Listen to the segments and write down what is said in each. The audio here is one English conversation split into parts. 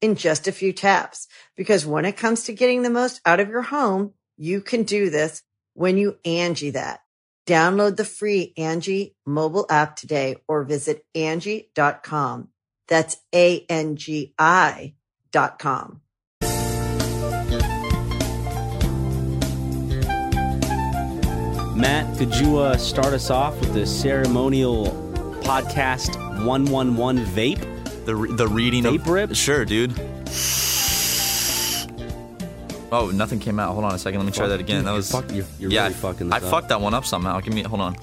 in just a few taps. Because when it comes to getting the most out of your home, you can do this when you Angie that. Download the free Angie mobile app today or visit Angie.com. That's A-N-G-I dot com. Matt, could you uh, start us off with the ceremonial podcast 111 vape? The re- the reading Vape of rip? Sure, dude. Oh, nothing came out. Hold on a second. Let me try Fuck, that again. dude, that you're was fuck- you're- you're yeah. really I- fucking I this up. fucked that one up somehow. Give me. Hold on.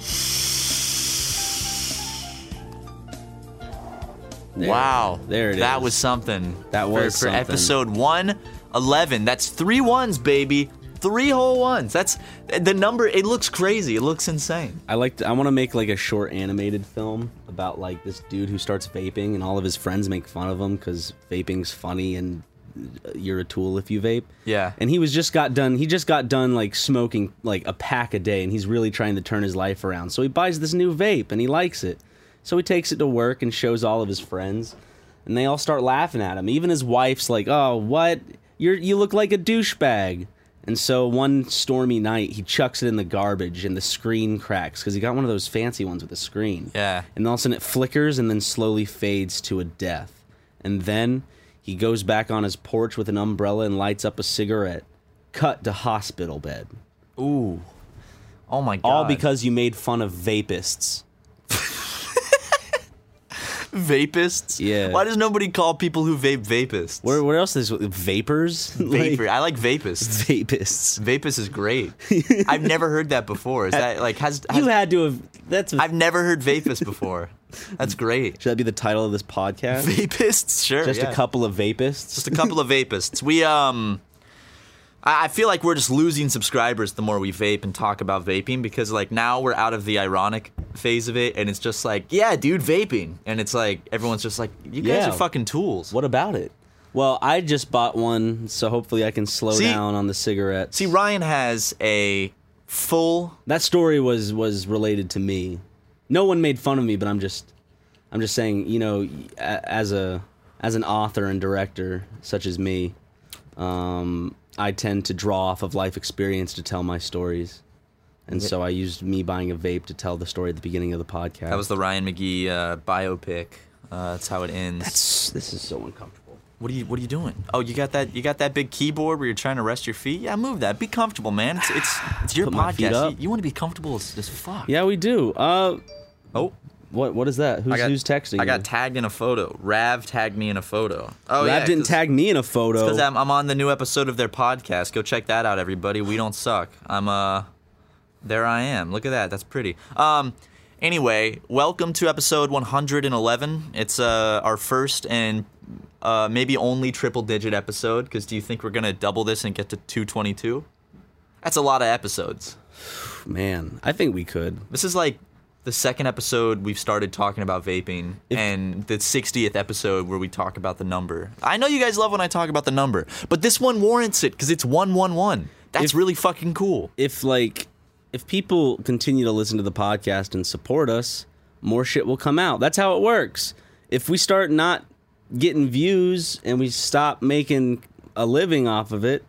Wow. There it That is. was something. That For- was for, something. episode 111. That's three ones, baby. Three whole ones. That's the number. It looks crazy. It looks insane. I like. To, I want to make like a short animated film about like this dude who starts vaping, and all of his friends make fun of him because vaping's funny and uh, you're a tool if you vape. Yeah. And he was just got done. He just got done like smoking like a pack a day, and he's really trying to turn his life around. So he buys this new vape, and he likes it. So he takes it to work and shows all of his friends, and they all start laughing at him. Even his wife's like, "Oh, what? You're you look like a douchebag." And so one stormy night, he chucks it in the garbage, and the screen cracks because he got one of those fancy ones with a screen. Yeah. And all of a sudden, it flickers and then slowly fades to a death. And then he goes back on his porch with an umbrella and lights up a cigarette. Cut to hospital bed. Ooh. Oh my god. All because you made fun of vapists. vapists. Yeah. Why does nobody call people who vape vapists? Where, where else is vapors? Vapor. like, I like vapists. vapists. Vapus is great. I've never heard that before. Is that like has, has You had to have. That's. I've never heard vapus before. That's great. should that be the title of this podcast? Vapists, sure. Just yeah. a couple of vapists. Just a couple of vapists. We um I I feel like we're just losing subscribers the more we vape and talk about vaping because like now we're out of the ironic phase of it and it's just like, yeah, dude, vaping. And it's like everyone's just like, you guys Yeah. are fucking tools. What about it? Well, I just bought one, so hopefully I can slow See- down on the cigarettes. See, Ryan has a full that story was was related to me. No one made fun of me, but I'm just I'm just saying, you know, a- as a as an author and director such as me, um, I tend to draw off of life experience to tell my stories. And so I used me buying a vape to tell the story at the beginning of the podcast. That was the Ryan McGee uh, biopic. Uh, that's how it ends. this is so uncomfortable. what are you What are you doing? Oh, you got that you got that big keyboard where you're trying to rest your feet. Yeah, move that. Be comfortable, man. It's it's, it's your Put my podcast. feet You- up. You, want to be comfortable as, as fuck. Yeah, we do. Uh Oh, what what is that? Who's who's texting? I got you? tagged in a photo. Rav tagged me in a photo. Oh, Rav yeah, didn't cause, tag me in a photo. Because I'm, I'm on the new episode of their podcast. Go check that out, everybody. We don't suck. I'm uh, there I am. Look at that. That's pretty. Um, anyway, welcome to episode 111. It's uh our first and uh maybe only triple digit episode. Because do you think we're gonna double this and get to 222? That's a lot of episodes. Man, I think we could. This is like the second episode we've started talking about vaping, and the 60th episode where we talk about the number. I know you guys love when I talk about the number, but this one warrants it because it's 111. That's If- really fucking cool. if like if people continue to listen to the podcast and support us, more shit will come out. That's how it works. If we start not getting views and we stop making a living off of it,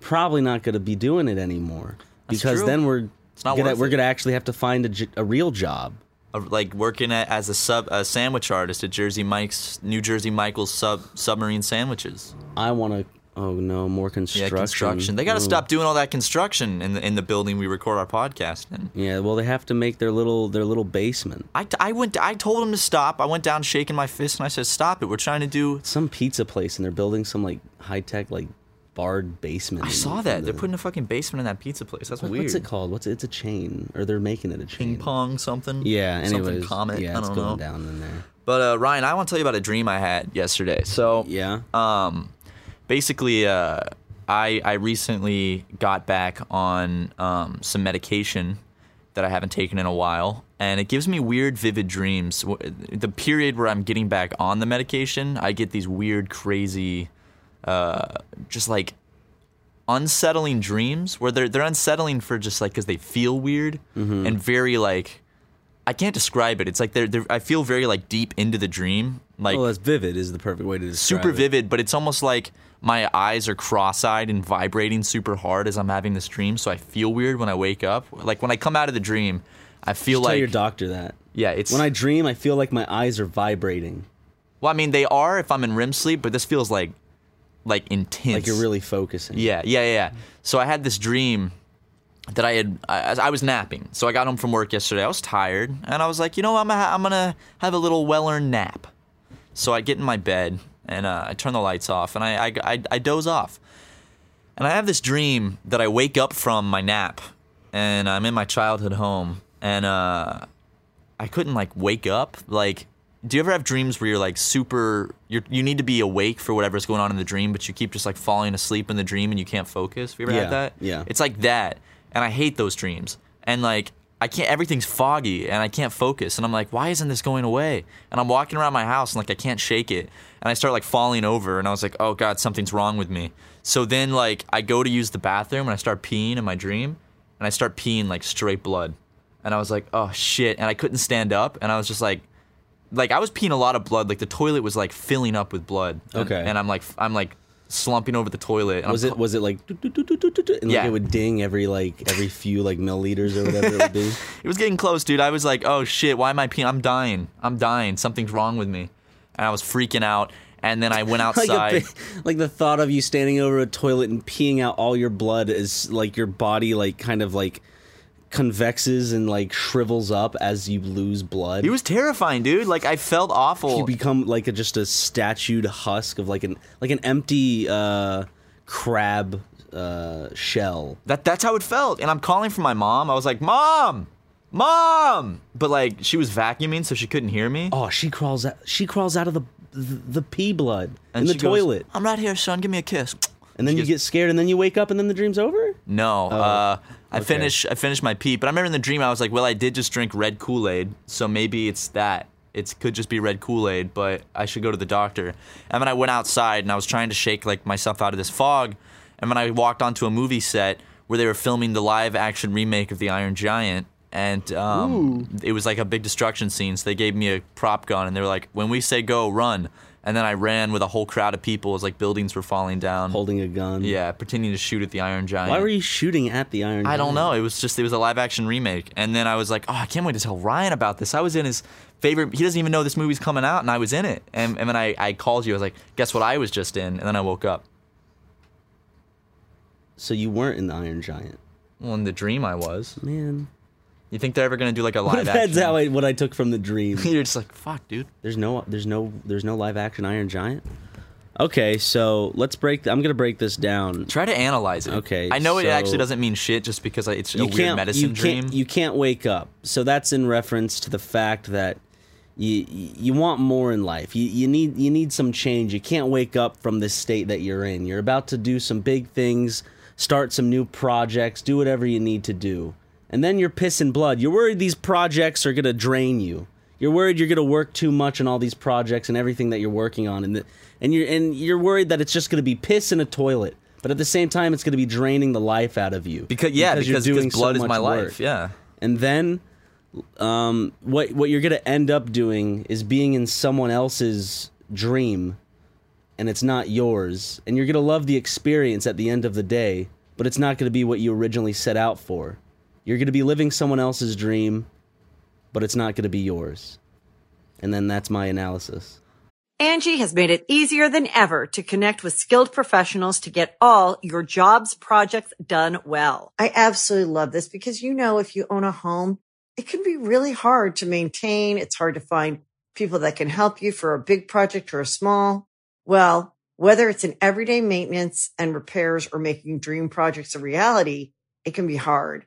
probably not going to be doing it anymore because true. then we're not gonna, worth we're it. going to actually have to find a, j- a real job. Of, Like working at, as a sub a sandwich artist at Jersey Mike's New Jersey Michael's sub submarine sandwiches. I want to Oh no, more Yeah, construction. construction. They got to Ooh. stop doing all that construction in the in the building we record our podcast in. Yeah, well, they have to make their little their little basement. I, t- I went. I told him to stop. I went down shaking my fist and I said, "Stop it! We're trying to do." Some pizza place, and they're building some like high tech like barred basement. I in- saw in that the- they're putting a fucking basement in that pizza place. That's What- weird. What's it called? What's it- it's a chain, or they're making it a chain. Ping pong something. Yeah. Anyways, something comet. yeah, I it's don't going know. down in there. But uh, Ryan, I want to tell you about a dream I had yesterday. So Yeah. um, basically, uh, I I recently got back on um, some medication that I haven't taken in a while, and it gives me weird, vivid dreams. W- The period where I'm getting back on the medication, I get these weird, crazy, uh, just like unsettling dreams where they're they're unsettling for just like because they feel weird and very like. I can't describe it. It's like they're, they're. I feel very like deep into the dream, like well, that's vivid is the perfect way to describe super it. vivid, but it's almost like my eyes are cross-eyed and vibrating super hard as I'm having this dream. So I feel weird when I wake up. Like when I come out of the dream, I feel Tell like your doctor that. yeah, it's When I dream, I feel like my eyes are vibrating, well, I mean they are if I'm in REM sleep, but this feels like like intense. like you're really focusing. Yeah, yeah, yeah. yeah. So I had this dream that I had. I, I was napping, so I got home from work yesterday. I was tired, and I was like, you know, I'm gonna, I'm gonna have a little well-earned nap. So I get in my bed and uh, I turn the lights off, and I, I, I, I doze off. And I have this dream that I wake up from my nap, and I'm in my childhood home, and uh, I couldn't like wake up. Like, do you ever have dreams where you're like super, you're, you need to be awake for whatever's going on in the dream, but you keep just like falling asleep in the dream and you can't focus? Have you ever Yeah, had that? yeah. It's like that. And I hate those dreams. And like, I can't, everything's foggy and I can't focus. And I'm like, why isn't this going away? And I'm walking around my house and like, I can't shake it. And I start like falling over and I was like, oh God, something's wrong with me. So then like, I go to use the bathroom and I start peeing in my dream and I start peeing like straight blood. And I was like, oh shit. And I couldn't stand up. And I was just like, like I was peeing a lot of blood. Like the toilet was like filling up with blood. And- Okay. And I'm like, I'm like slumping over the toilet. And Was I'm, it was it like do, do, do, do, do, do, do, and like Yeah. it would ding every like every few like milliliters or whatever it would be. It was getting close, dude. I was like, oh shit, why am I peeing? I'm dying. I'm dying. Something's wrong with me. And I was freaking out. And then I went Like, a outside. big- like the thought of you standing over a toilet and peeing out all your blood is like your body like kind of like convexes and like shrivels up as you lose blood. it was terrifying, dude. Like I felt you awful. become like a, just a statued husk of like an like an empty uh crab uh shell. That that's how it felt. And I'm calling for my mom. I was like, mom, mom. But like she was vacuuming, so she couldn't hear me. Oh, she crawls out she crawls out of the the, the pee blood And in the she goes, toilet. I'm right here, son. Give me a kiss. and then she you goes- get scared and then you wake up and then the dream's over? No, uh, I Oh, okay. finished. I finished my pee, but I remember in the dream I was like, "Well, I did just drink red Kool Aid, so maybe it's that. It could just be red Kool Aid, but I should go to the doctor." And then I went outside and I was trying to shake like myself out of this fog, and then I walked onto a movie set where they were filming the live action remake of The Iron Giant, and um, it was like a big destruction scene. So they gave me a prop gun, and they were like, "When we say go, run." And then I ran with a whole crowd of people as like buildings were falling down. Holding a gun. yeah, pretending to shoot at the Iron Giant. Why were you shooting at the Iron I Giant? don't know. It was just it was a live action remake, and then I was like, oh, I can't wait to tell Ryan about this. I was in his favorite. He doesn't even know this movie's coming out, and I was in it. And, and then I, I called you. I was like, guess what? I was just in, and then I woke up. So you weren't in the Iron Giant. Well, in the dream, I was. Man. You think they're ever gonna do like a live That's action? how I, what I took from the dream. You're just like, fuck, dude. There's no there's no there's no live action Iron Giant. Okay, so let's break I'm going to break this down. Try to analyze it. Okay, I know it so- actually doesn't mean shit, just because I- it's a weird can't- medicine you dream. Can't, you can't wake up. So that's in reference to the fact that you you want more in life. You you need you need some change. You can't wake up from this state that you're in. You're about to do some big things, start some new projects, do whatever you need to do. And then you're pissing blood. You're worried these projects are going to drain you. You're worried you're going to work too much on all these projects and everything that you're working on and the, and you're and you're worried that it's just going to be piss in a toilet. But at the same time, it's going to be draining the life out of you because yeah, because, you're doing because blood so much is my work. life. Yeah. And then, um, what what you're gonna end up doing is being in someone else's dream, and it's not yours. And you're gonna love the experience at the end of the day, but it's not gonna be what you originally set out for. You're gonna be living someone else's dream, but it's not gonna be yours. And then that's my analysis. Angie has made it easier than ever to connect with skilled professionals to get all your jobs projects done well. I absolutely love this because, you know, if you own a home, it can be really hard to maintain. It's hard to find people that can help you for a big project or a small. Well, whether it's in everyday maintenance and repairs or making dream projects a reality, it can be hard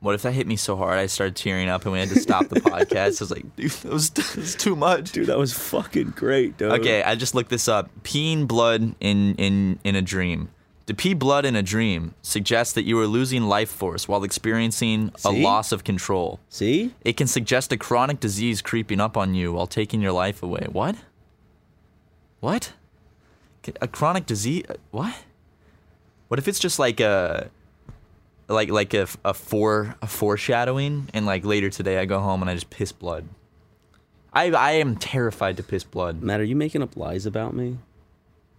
What if that hit me so hard I started tearing up and we had to stop the podcast? I was like, dude, that was, that was too much. Dude, that was fucking great, dude. Okay, I just looked this up. Peeing blood in in in a dream. To pee blood in a dream suggests that you are losing life force while experiencing See? a loss of control. See? It can suggest a chronic disease creeping up on you while taking your life away. What? What? A chronic disease? uh, What? What if it's just like a like like a, a fore a foreshadowing and like later today I go home and I just piss blood. I I am terrified to piss blood. Matt, are you making up lies about me?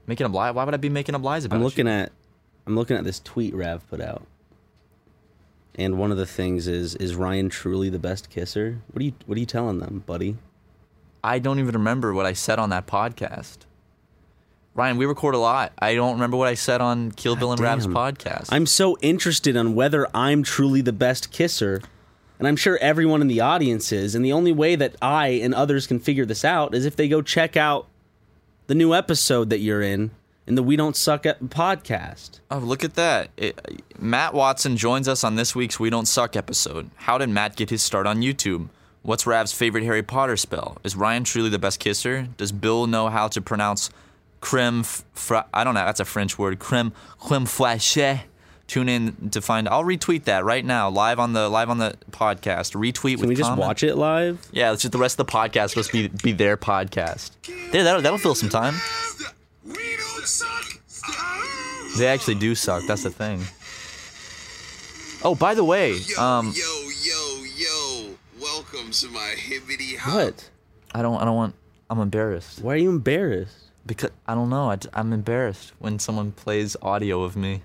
Making up lies? Why would I be making up lies about? I'm you? looking at I'm looking at this tweet Rav put out. And one of the things is is Ryan truly the best kisser? What are you what are you telling them, buddy? I don't even remember what I said on that podcast. Ryan, we record a lot. I don't remember what I said on Kill Bill and Rab's Damn. podcast. I'm so interested on whether I'm truly the best kisser, and I'm sure everyone in the audience is. And the only way that I and others can figure this out is if they go check out the new episode that you're in in the We Don't Suck at podcast. oh, look at that. It, Matt Watson joins us on this week's We Don't Suck episode. How did Matt get his start on YouTube? What's Rab's favorite Harry Potter spell? Is Ryan truly the best kisser? Does Bill know how to pronounce creme fra- I don't know, that's a French word. Creme creme flachet. Tune in to find I'll retweet that right now, live on the live on the podcast. Retweet Can with we just comment. watch it live? Yeah, it's just the rest of the podcast must be be their podcast. There, that'll, that'll fill some time. We don't suck. They actually do suck. That's the thing. Oh, by the way, Yo, um, yo, yo, yo. Welcome to my hibbity hop. What? I don't, I don't want. I'm embarrassed Why are you embarrassed? because I don't know. I, am embarrassed when someone plays audio of me.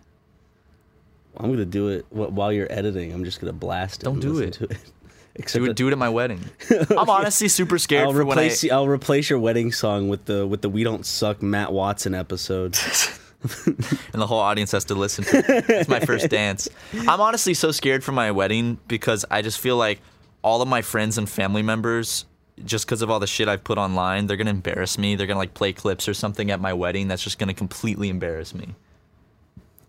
I'm gonna do it wh- while you're editing. I'm just gonna blast it. Don't and do listen it. To it. Except Do that it, do it at my wedding. I'm honestly super scared I'll for when I. replace. I'll replace your wedding song with the with the We Don't Suck Matt Watson episode. and the whole audience has to listen to it. It's my first dance. I'm honestly so scared for my wedding because I just feel like all of my friends and family members, just because of all the shit I've put online, they're gonna embarrass me. They're gonna like play clips or something at my wedding that's just gonna completely embarrass me.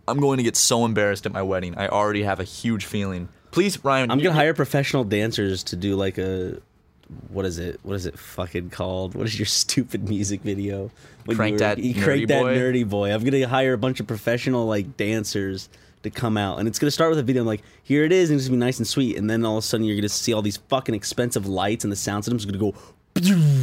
I'm going to get so embarrassed at my wedding. I already have a huge feeling. Please, Ryan. I'm gonna hire professional dancers to do like a what is it? What is it fucking called? What is your stupid music video? When Crank you That you crank Nerdy that Boy? nerdy boy. I'm gonna hire a bunch of professional like dancers to come out. And it's going to start with a video I'm like, here it is, and it's going to be nice and sweet. And then all of a sudden, you're going to see all these fucking expensive lights, and the sound system's going to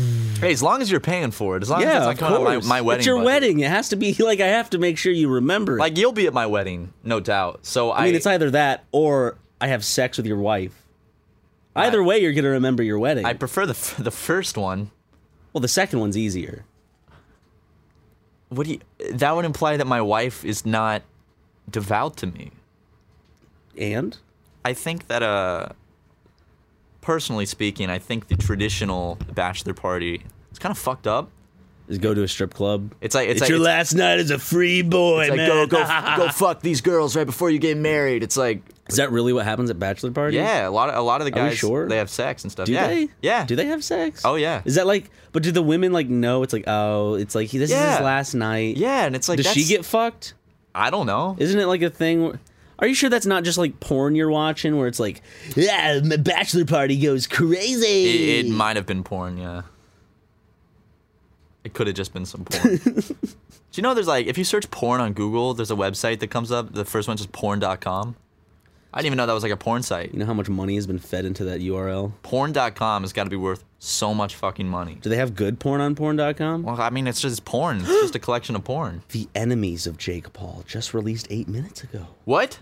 go, Hey, as long as you're paying for it, as long as it's yeah, not of coming out of my, course. my wedding. It's your budget. wedding. It has to be like, I have to make sure you remember it. Like you'll be at my wedding, no doubt. So I I, mean, it's either that or I have sex with your wife. Either way, you're going to remember your wedding. I prefer the f- the first one. well, the second one's easier. What do you? That would imply that my wife is not devout to me. And? I think that uh, personally speaking, I think the traditional bachelor party is kind of fucked up. Is go to a strip club. It's like- it's it's like- your it's- last night as a free boy, It's like man. go go go fuck these girls right before you get married. It's like Is that really what happens at bachelor parties? yeah, a lot of a lot of the Are we guys sure? they have sex and stuff. Do yeah. they? Yeah. Do they have sex? Oh, yeah. Is that like? But do the women like know? It's like oh, it's like this is Yeah. his last night. Yeah, and it's like Does she that's- get fucked? I don't know. Isn't it like a thing? where- Are you sure that's not just like porn you're watching where it's like, yeah, my bachelor party goes crazy. It, it might have been porn, yeah. It could have just been some porn. Do you know there's like, if you search porn on Google, there's a website that comes up. The first one's just porn.com. I didn't even know that was like a porn site. you know how much money has been fed into that URL? Porn.com has got to be worth so much fucking money. Do they have good porn on porn.com? Well, I mean, it's just porn. It's just a collection of porn. The enemies of Jake Paul just released eight minutes ago. What?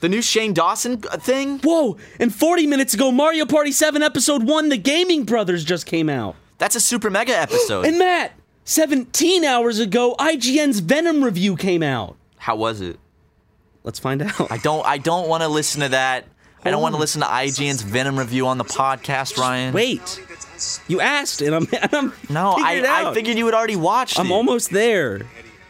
The new Shane Dawson uh, thing? Whoa! And 40 minutes ago, Mario Party 7 Episode 1, The Gaming Brothers just came out. That's a super mega episode. And Matt, 17 hours ago, IGN's Venom review came out. How was it? Let's find out. I don't. I don't want to listen to that. I don't want to listen to IGN's Venom review on the podcast, Ryan. Wait. You asked, and I'm. And I'm No, I, figured it I out. figured you had already watched I'm it. almost there.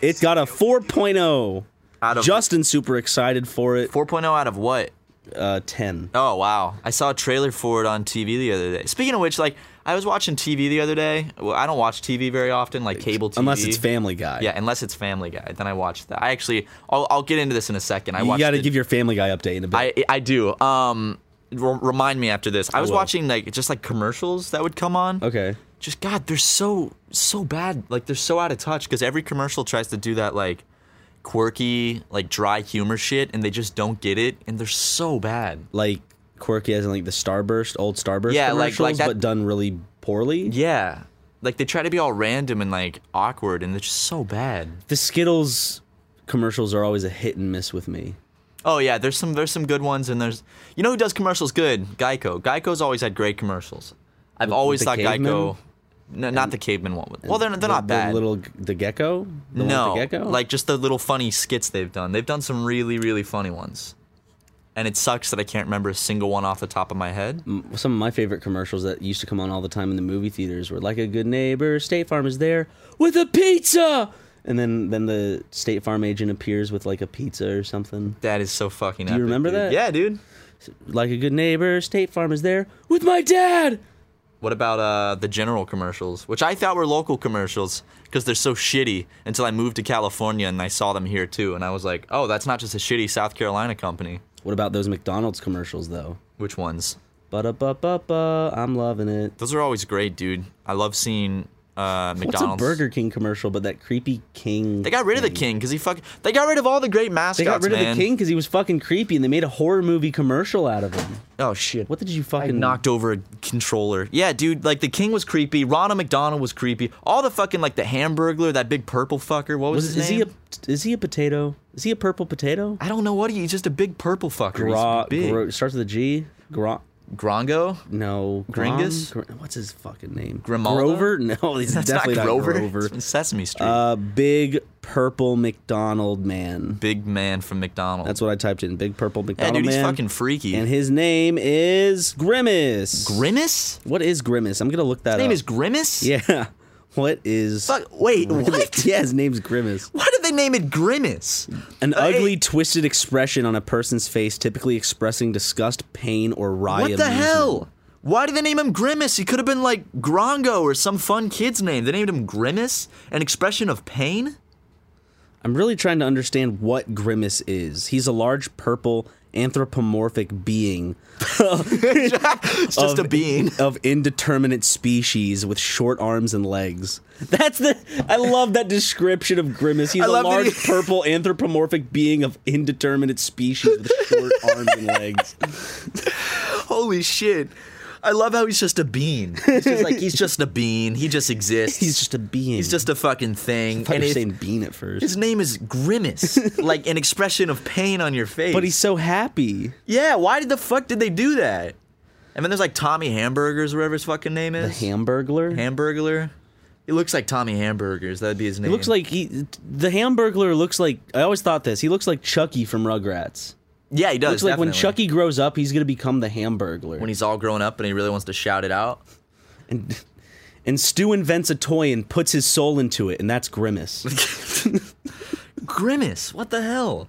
It got a 4.0. out of Justin's super excited for it. 4.0 out of what? Uh, 10. Oh wow! I saw a trailer for it on TV the other day. Speaking of which, like I was watching TV the other day. Well, I don't watch TV very often, like cable TV. Unless it's Family Guy. Yeah, unless it's Family Guy, then I watch that. I actually, I'll, I'll get into this in a second. I You watched. got to the- give your Family Guy update in a bit. I I do. Um, re- remind me after this. I was will. watching like just like commercials that would come on. okay. just God, they're so so bad. Like they're so out of touch because every commercial tries to do that like quirky, like dry humor shit, and they just don't get it, and they're so bad. Like, quirky as in like the Starburst, old Starburst Yeah, like- like commercials, that- but done really poorly. Yeah, like they try to be all random and like awkward, and they're just so bad. The Skittles commercials are always a hit and miss with me. Oh yeah, there's some there's some good ones, and there's you know who does commercials good? Geico. Geico's always had great commercials. I've always the thought cavemen? Geico. No, not the caveman one. Well, they're, they're The- not bad. The little g- the gecko. The one with No, the gecko. like just the little funny skits they've done. They've done some really, really funny ones, and it sucks that I can't remember a single one off the top of my head. some of my favorite commercials that used to come on all the time in the movie theaters were like a good neighbor, State Farm is there with a pizza, and then then the State Farm agent appears with like a pizza or something. That is so fucking. Do you remember that? Yeah, dude. Like a good neighbor, State Farm is there with my dad. What about uh, the general commercials, which I thought were local commercials because they're so shitty until I moved to California and I saw them here too. And I was like, oh, that's not just a shitty South Carolina company. What about those McDonald's commercials though? Which ones? Ba ba ba ba, I'm loving it. Those are always great, dude. I love seeing uh, McDonald's. What's a Burger King commercial? But that creepy king. They got rid of the king because he fuck. They got rid of all the great mascots. They got rid man. of the king because he was fucking creepy, and they made a horror movie commercial out of him. Oh shit! What did you I fucking knocked over a controller. Yeah, dude, like the king was creepy. Ronald McDonald was creepy. All the fucking like the Hamburglar, that big purple fucker. What was, Was, his is he name? a is he a potato? Is he a purple potato? I don't know what he. He's just a big purple fucker. Gra, he's big. Gro- starts with a G. Gra, Grongo. no. Grom? Gringus? Gr- what's his fucking name? Grimaldo? Grover? No, he's That's definitely not Grover. It's Grover. from Sesame Street. Uh, big purple McDonald man. big man from McDonald's. That's what I typed in. Big purple yeah, McDonald dude, he's man. fucking freaky. And his name is Grimace. Grimace. what is Grimace? I'm gonna look that His name up. is Grimace. Uh, yeah. What is? Fuck. Wait. What? Yeah, his name's Grimace. Why did they name it Grimace? An Uh, it- ugly, twisted expression on a person's face, typically expressing disgust, pain, or wry What the amusement. hell? Why did they name him Grimace? He could have been like Grongo or some fun kid's name. They named him Grimace, an expression of pain. I'm really trying to understand what Grimace is. He's a large purple anthropomorphic being It's just a being. of indeterminate species with short arms and legs. That's the. I love that description of Grimace. He's I a love that large he- purple anthropomorphic being of indeterminate species with short arms and legs. Holy shit. I love how he's just a bean. He's just like he's just a bean. He just exists. He's just a being. He's just a fucking thing. I thought you and were his- saying bean at first. his name is Grimace, like an expression of pain on your face. but he's so happy. yeah. Why did the fuck did they do that? And then there's like Tommy Hamburgers, whatever his fucking name The is. Hamburglar. Hamburglar. He looks like Tommy Hamburgers. That'd be his name. He looks like he. The Hamburglar looks like. I always thought this. He looks like Chucky from Rugrats. yeah, he Looks does. like when definitely. Chucky grows up, he's gonna become the Hamburglar. when he's all grown up and he really wants to shout it out. and and Stu invents a toy and puts his soul into it, and that's Grimace. Grimace. What the hell?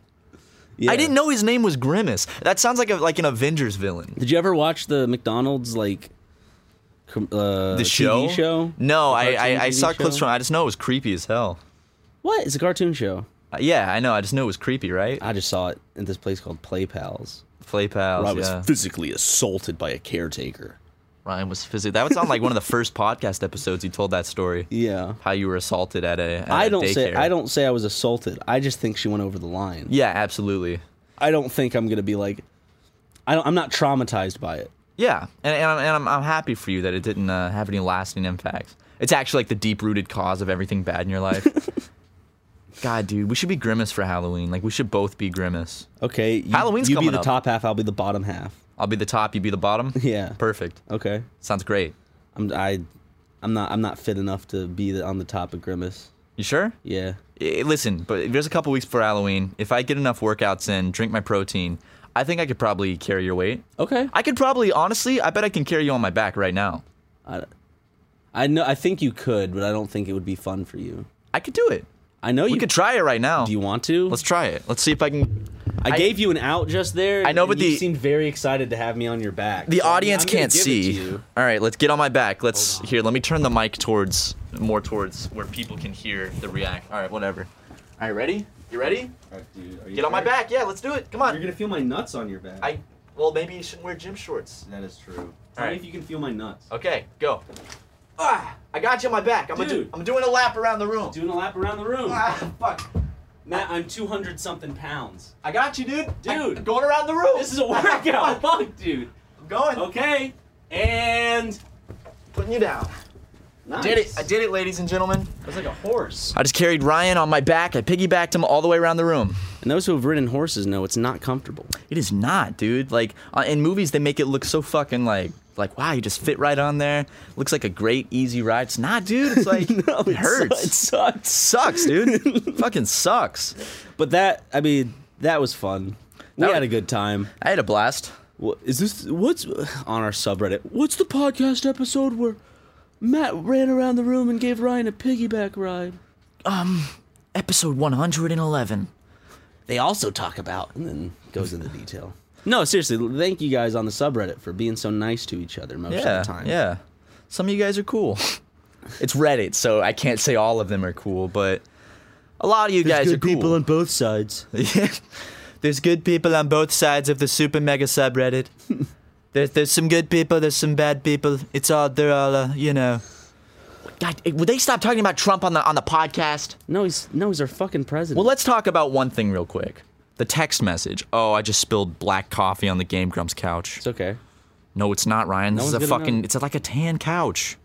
Yeah. I didn't know his name was Grimace. That sounds like a, like an Avengers villain. Did you ever watch the McDonald's like com- uh, The show? TV show? No, The I cartoon I, I TV saw clips show? from. it. I just know it was creepy as hell. What? It's a cartoon show. Uh, yeah, I know. I just know it was creepy, right? I just saw it at this place called Play Pals. Play pals. Where I was Oh, yeah. physically assaulted by a caretaker. Ryan was physical. That was on like one of the first podcast episodes. You told that story. Yeah. How you were assaulted at a. At I a don't say daycare. I don't say I was assaulted. I just think she went over the line. Yeah, absolutely. I don't think I'm gonna be like I don't I'm not traumatized by it. Yeah, and, and, I'm, and I'm, I'm happy for you that it didn't uh, have any lasting impacts. It's actually like the deep rooted cause of everything bad in your life. God, dude, we should be grimace for Halloween. Like we should both be grimace. Okay. You, Halloween's you be coming the up. top half, I'll be the bottom half. I'll be the top, you be the bottom. Yeah. Perfect. Okay. Sounds great. I'm I I'm not I'm not fit enough to be the, on the top of Grimace. You sure? Yeah. Eh, Listen, but there's a couple weeks before Halloween. If I get enough workouts in, drink my protein, I think I could probably carry your weight. Okay. I could probably, honestly, I bet I can carry you on my back right now. I know. I think you could, but I don't think it would be fun for you. I could do it. I know We you could try it right now. Do you want to? Let's try it. Let's see if I can. I, gave you an out just there. I know, and but you the- seemed very excited to have me on your back. The So, I mean, audience I'm gonna can't give it to see. you. All right, let's get on my back. Let's here. Let me turn the mic towards more towards where people can hear the react. All right, whatever. All right, ready? You ready? Get on my back. Yeah, let's do it. Come You're on. gonna feel my nuts on your back. Uh, I. Well, maybe you shouldn't wear gym shorts. That is true. Tell All me right. if you can feel my nuts. Okay, go. Ah, I got you on my back. I'm gonna do, Dude. I'm doing a lap around the room. Doing a lap around the room. Ah, fuck. Matt, I'm 200 something pounds. I got you, dude. Dude. I'm going around the room. This is a workout. Fuck, dude. I'm going. Okay. And Putting you down. nice. Did it. I did it, ladies and gentlemen. I was like a horse. I just carried Ryan on my back. I piggybacked him all the way around the room. And those who have ridden horses know it's not comfortable. It is not, dude. Like uh, in movies, they make it look so fucking like like wow, you just fit right on there. Looks like a great easy ride. It's not, dude. It's like it, hurts. It sucks. sucks, dude. fucking sucks. But that, I mean, that was fun. We That- had a good time. I had a blast. What is this? What's on our subreddit? What's the podcast episode where Matt ran around the room and gave Ryan a piggyback ride? Episode 111. They also talk about, and then goes into detail. No, seriously, thank you guys on the subreddit for being so nice to each other most Yeah, of the time. yeah. Some of you guys are cool. it's Reddit, so I can't say all of them are cool, but a lot of you guys are cool. both sides. Yeah. There's good people on both sides of the super mega subreddit. there's there's some good people, there's some bad people. It's all they're all uh, you know. God, eh, would they stop talking about Trump on the on the podcast? No, he's no, he's our fucking president. Well, let's talk about one thing real quick. The text message. Oh, I just spilled black coffee on the Game Grumps couch. it's okay. No, it's not, Ryan. This No is a one's gonna fucking. know. It's like a tan couch.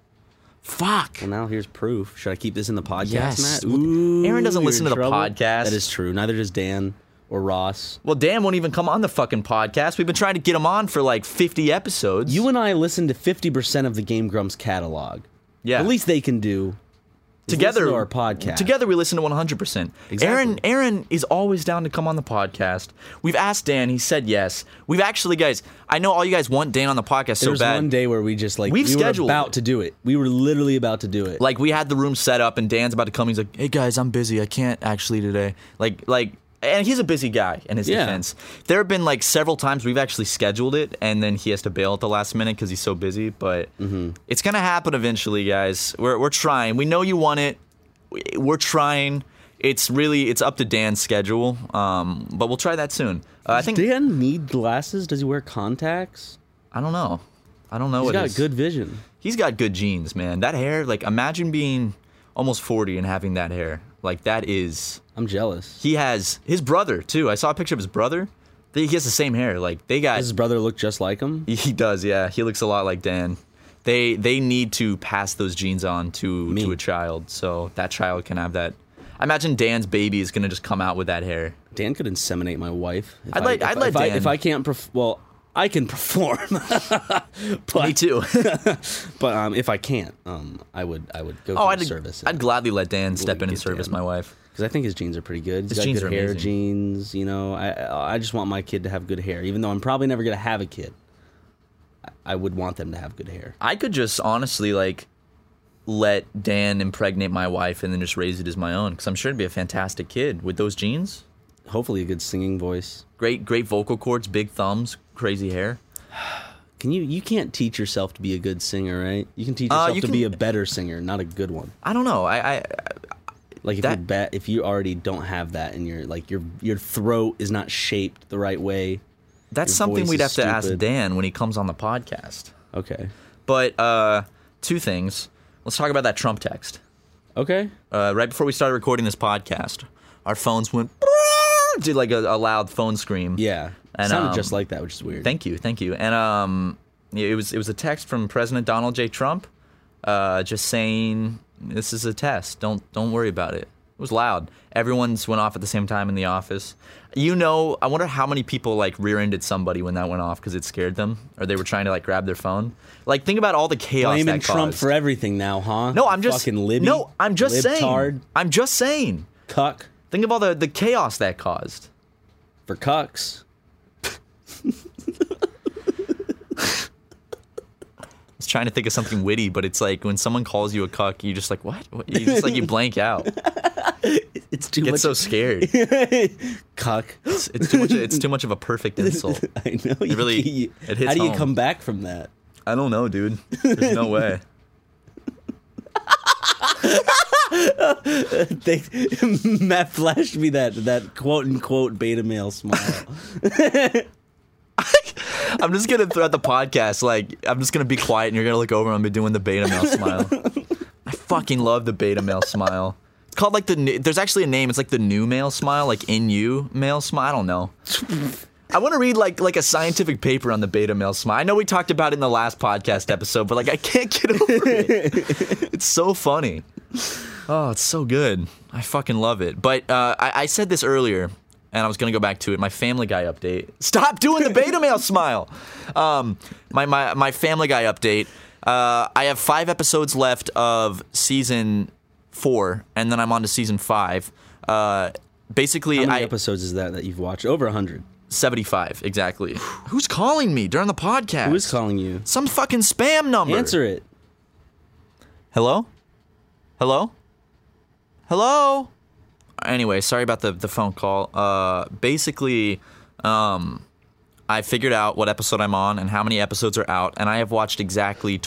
Fuck. Well, now here's proof. Should I keep this in the podcast, Yes. Matt? Well, Aaron doesn't you're listen in to the podcast. That is true. Neither does Dan or Ross. Well, Dan won't even come on the fucking podcast. We've been trying to get him on for like 50 episodes. You and I listen to 50% of the Game Grumps catalog. yeah. At least they can do. is together listen to our podcast. Together we listen to 100%. Aaron Aaron is always down to come on the podcast. We've asked Dan, he said yes. We've actually guys, I know all you guys want Dan on the podcast There was so bad. one day where we just like We've we scheduled were about it. to do it. We were literally about to do it. like we had the room set up and Dan's about to come he's like, "Hey guys, I'm busy. I can't actually today." Like like and he's a busy guy in his Yeah. defense. There have been like several times we've actually scheduled it and then he has to bail at the last minute cuz he's so busy, but Mm-hmm. it's going to happen eventually, guys. We're we're trying. We know you want it. We- We're trying. it's really it's up to Dan's schedule. Um, but we'll try that soon. Uh, I think Does Dan need glasses? Does he wear contacts? I don't know. I don't know. He's what got his- good vision. He's got good genes, man. That hair, like imagine being almost 40 and having that hair. Like that is I'm jealous. he has his brother too. I saw a picture of his brother. He has the same hair. Like they got Does his brother look just like him? He does, yeah. He looks a lot like Dan. They they need to pass those genes on to to a child, so that child can have that. I imagine Dan's baby is gonna just come out with that hair. Dan could inseminate my wife. If I'd like- I, if, I'd let if I, Dan- if I can't, perf- well, I can perform, but Me too. but um, if I can't, um, I would I would go oh, for I'd the service. I'd gladly let Dan step in and get service Dan. my wife. because I think his genes are pretty good. He's His got genes good are hair amazing. genes. You know, I I just want my kid to have good hair, even though I'm probably never gonna have a kid. I- I would want them to have good hair. I could just honestly like let Dan impregnate my wife and then just raise it as my own because I'm sure it'd be a fantastic kid with those genes. Hopefully, a good singing voice. Great, great vocal cords, big thumbs, crazy hair. Can you? You can't teach yourself to be a good singer, right? You can teach Uh, yourself you to be a can- better singer, not a good one. I don't know. I, I Like if you That- bet if you already don't have that and your like your your throat is not shaped the right way. that's Your something voice we'd have is to ask stupid. Dan when he comes on the podcast. Okay. But uh, two things. Let's talk about that Trump text. Okay. Uh, right before we started recording this podcast, our phones went did like a, a loud phone scream. Yeah. And, Sounded um, just like that, which is weird. Thank you, thank you. And um, yeah, it was it was a text from President Donald J. Trump, uh, just saying this is a test. Don't don't worry about it. It was loud. Everyone's went off at the same time in the office. You know, I wonder how many people like rear-ended somebody when that went off because it scared them, or they were trying to like grab their phone. Like, think about all the chaos Blaming that Trump caused. for everything now, huh? No, I'm just fucking Libby. No, I'm just libtard, saying. I'm just saying. Cuck Think of all the, the chaos that caused. for cucks. I was trying to think of something witty, but it's like when someone calls you a cuck, you just like what? what? You just like you blank out. It's too Get much so scared. cuck. It's, it's too much. It's too much of a perfect insult. I know. you really- you- it hits How do you home. come back from that? I don't know, dude. There's no way. They, Matt flashed me that that quote unquote beta male smile. I'm just gonna throughout the podcast, like I'm just gonna be quiet, and you're gonna look over, and I'm gonna be doing the beta male smile. I fucking love the beta male smile. It's called like the. new- There's actually a name. It's like the new male smile, like in you male smile. I don't know. I want to read like like a scientific paper on the beta male smile. I know we talked about it in the last podcast episode, but like I can't get over it. It's so funny. Oh, it's so good. I fucking love it. But uh, I, I said this earlier, and I was gonna go back to it. My Family Guy update. Stop doing the beta male smile. Um, my my my Family Guy update. Uh, I have five episodes left of season four, and then I'm on to season five. Uh, basically, How many I episodes is that that you've watched? Over a hundred. 75 exactly who's calling me during the podcast Who is calling you? some fucking spam number Answer it. hello hello hello anyway sorry about the, the phone call uh basically um i figured out what episode i'm on and how many episodes are out and i have watched exactly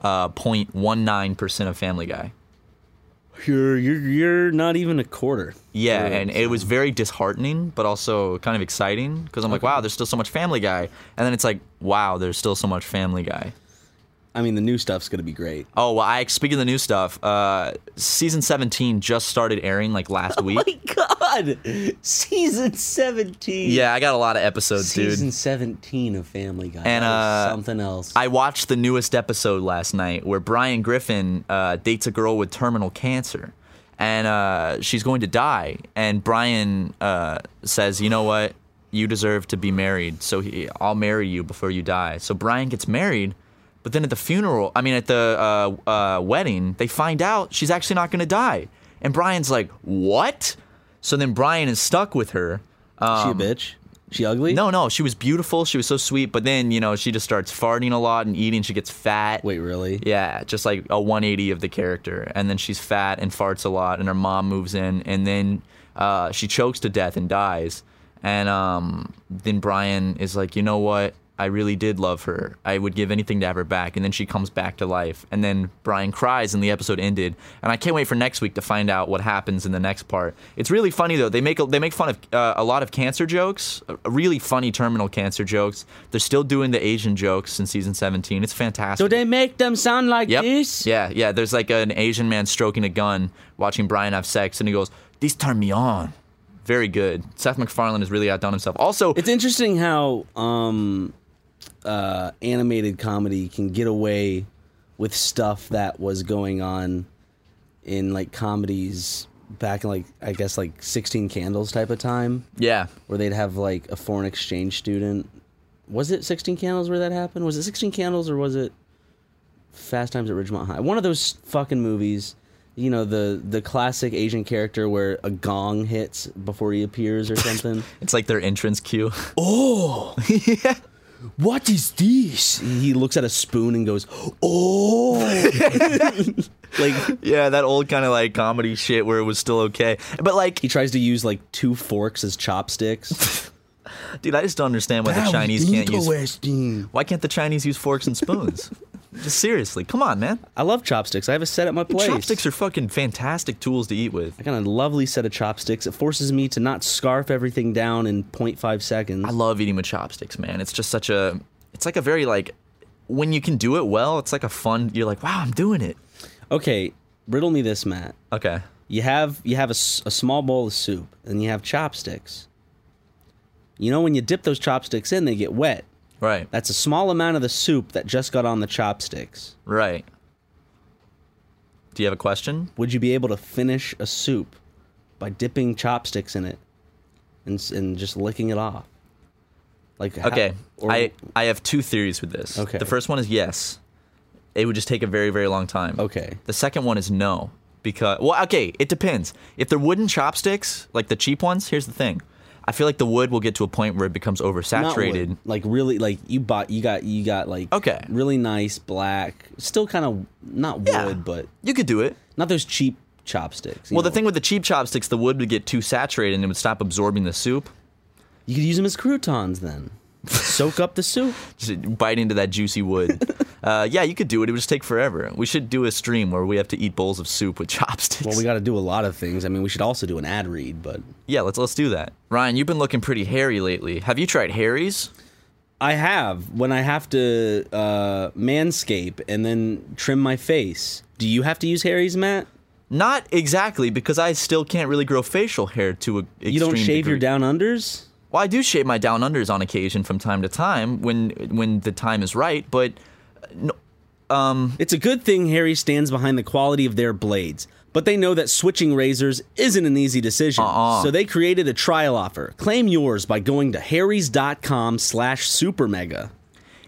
uh, 24.19% of family guy You're you're you're not even a quarter. Yeah, and it was very disheartening, but also kind of exciting because I'm like, wow, there's still so much Family Guy, and then it's like, wow, there's still so much Family Guy. I mean, the new stuff's gonna be great. Oh well, I speaking of the new stuff, uh, season 17 just started airing like last week. God, season seventeen. Yeah, I got a lot of episodes, season dude. seventeen of Family Guy. And, That was uh, something else. I watched the newest episode last night where Brian Griffin uh, dates a girl with terminal cancer, and uh, she's going to die. And Brian uh, says, "You know what? You deserve to be married, so he, I'll marry you before you die." So Brian gets married, but then at the funeral, I mean at the uh, uh, wedding, they find out she's actually not going to die, and Brian's like, "What?" So then Brian is stuck with her. she a bitch? She ugly? um, No, no, she was beautiful. She was so sweet, but then you know she just starts farting a lot and eating. She gets fat. Wait, really? Yeah, just like a 180 of the character, and then she's fat and farts a lot, and her mom moves in, and then uh, she chokes to death and dies, and um, then Brian is like, you know what? I I really did love her. I would give anything to have her back. And then she comes back to life. And then Brian cries, and the episode ended. And I can't wait for next week to find out what happens in the next part. It's really funny though. They make they make fun of uh, a lot of cancer jokes, uh, really funny terminal cancer jokes. They're still doing the Asian jokes in season 17. It's fantastic. Do they make them sound like Yep. this? Yeah, yeah. There's like an Asian man stroking a gun, watching Brian have sex, and he goes, "These turn me on." Very good. Seth MacFarlane has really outdone himself. Also, It's interesting how um, uh, animated comedy can get away with stuff that was going on in like comedies back in like I guess like Sixteen Candles type of time, yeah, where they'd have like a foreign exchange student. Was it Sixteen Candles where that happened? Was it Sixteen Candles or was it Fast Times at Ridgemont High? One of those fucking movies. You know the the classic Asian character where a gong hits before he appears or something. it's like their entrance cue. Oh! what is this? He looks at a spoon and goes, oh. like, yeah, that old kind of like comedy shit where it was still okay, but like, he tries to use like two forks as chopsticks. dude, I just don't understand why the Chinese can't use. Why can't the Chinese use forks and spoons? just seriously, come on, man. I love chopsticks. I have a set at my place. Chopsticks are fucking fantastic tools to eat with. I got a lovely set of chopsticks. It forces me to not scarf everything down in 0.5 seconds. I love eating with chopsticks, man. It's just such a, it's like a very like, when you can do it well, it's like a fun. You're like, wow, I'm doing it. okay, riddle me this, Matt. Okay. You have you have a, s- a small bowl of soup and you have chopsticks. You know when you dip those chopsticks in, they get wet. Right. That's a small amount of the soup that just got on the chopsticks. right. Do you have a question? Would you be able to finish a soup by dipping chopsticks in it and s- and just licking it off? Like how- Okay. or- I I have two theories with this. Okay. The first one is yes. It would just take a very very long time. Okay. The second one is no because well okay it depends. If they're wooden chopsticks like the cheap ones, here's the thing. I feel like the wood will get to a point where it becomes not wood. oversaturated. Like really like you bought you got you got like Okay. really nice black still kind of not wood Yeah. but You could do it. not those cheap chopsticks. you Well, the know. thing with the cheap chopsticks, the wood would get too saturated and it would stop absorbing the soup. you could use them as croutons then. Soak up the soup. Just bite into that juicy wood. uh, yeah, you could do it. It would just take forever. We should do a stream where we have to eat bowls of soup with chopsticks. Well, we got to do a lot of things. I mean, we should also do an ad read, but yeah, let's let's do that. Ryan, you've been looking pretty hairy lately. Have you tried Harry's? I have when I have to uh, manscape and then trim my face. Do you have to use Harry's, Matt? Not exactly, because I still can't really grow facial hair to a You don't shave your down unders. Well, I do shave my down unders on occasion from time to time when when the time is right, but It's a good thing Harry stands behind the quality of their blades, but they know that switching razors isn't an easy decision. So they created a trial offer. Claim yours by going to harrys.com/supermega.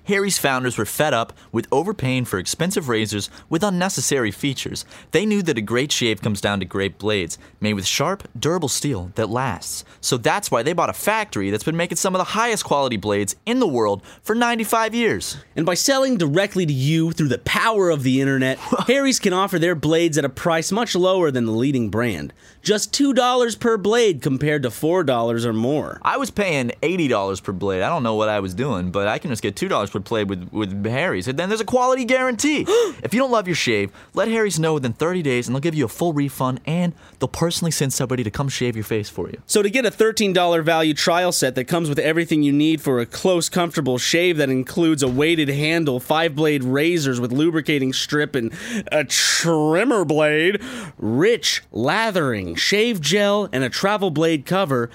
Harry's founders were fed up with overpaying for expensive razors with unnecessary features. They knew that a great shave comes down to great blades, made with sharp, durable steel that lasts. So that's why they bought a factory that's been making some of the highest quality blades in the world for 95 years. And by selling directly to you through the power of the internet, Harry's can offer their blades at a price much lower than the leading brand. Just $2 per blade compared to $4 or more. I was paying eighty dollars per blade. I don't know what I was doing, but I can just get two dollars per blade with with Harry's. And then there's a quality guarantee. if you don't love your shave, let Harry's know within thirty days, and they'll give you a full refund, and they'll personally send somebody to come shave your face for you. So to get a $13 value trial set that comes with everything you need for a close, comfortable shave that includes a weighted handle, five-blade razors with lubricating strip and a trimmer blade, rich lathering, shave gel, and a travel blade cover,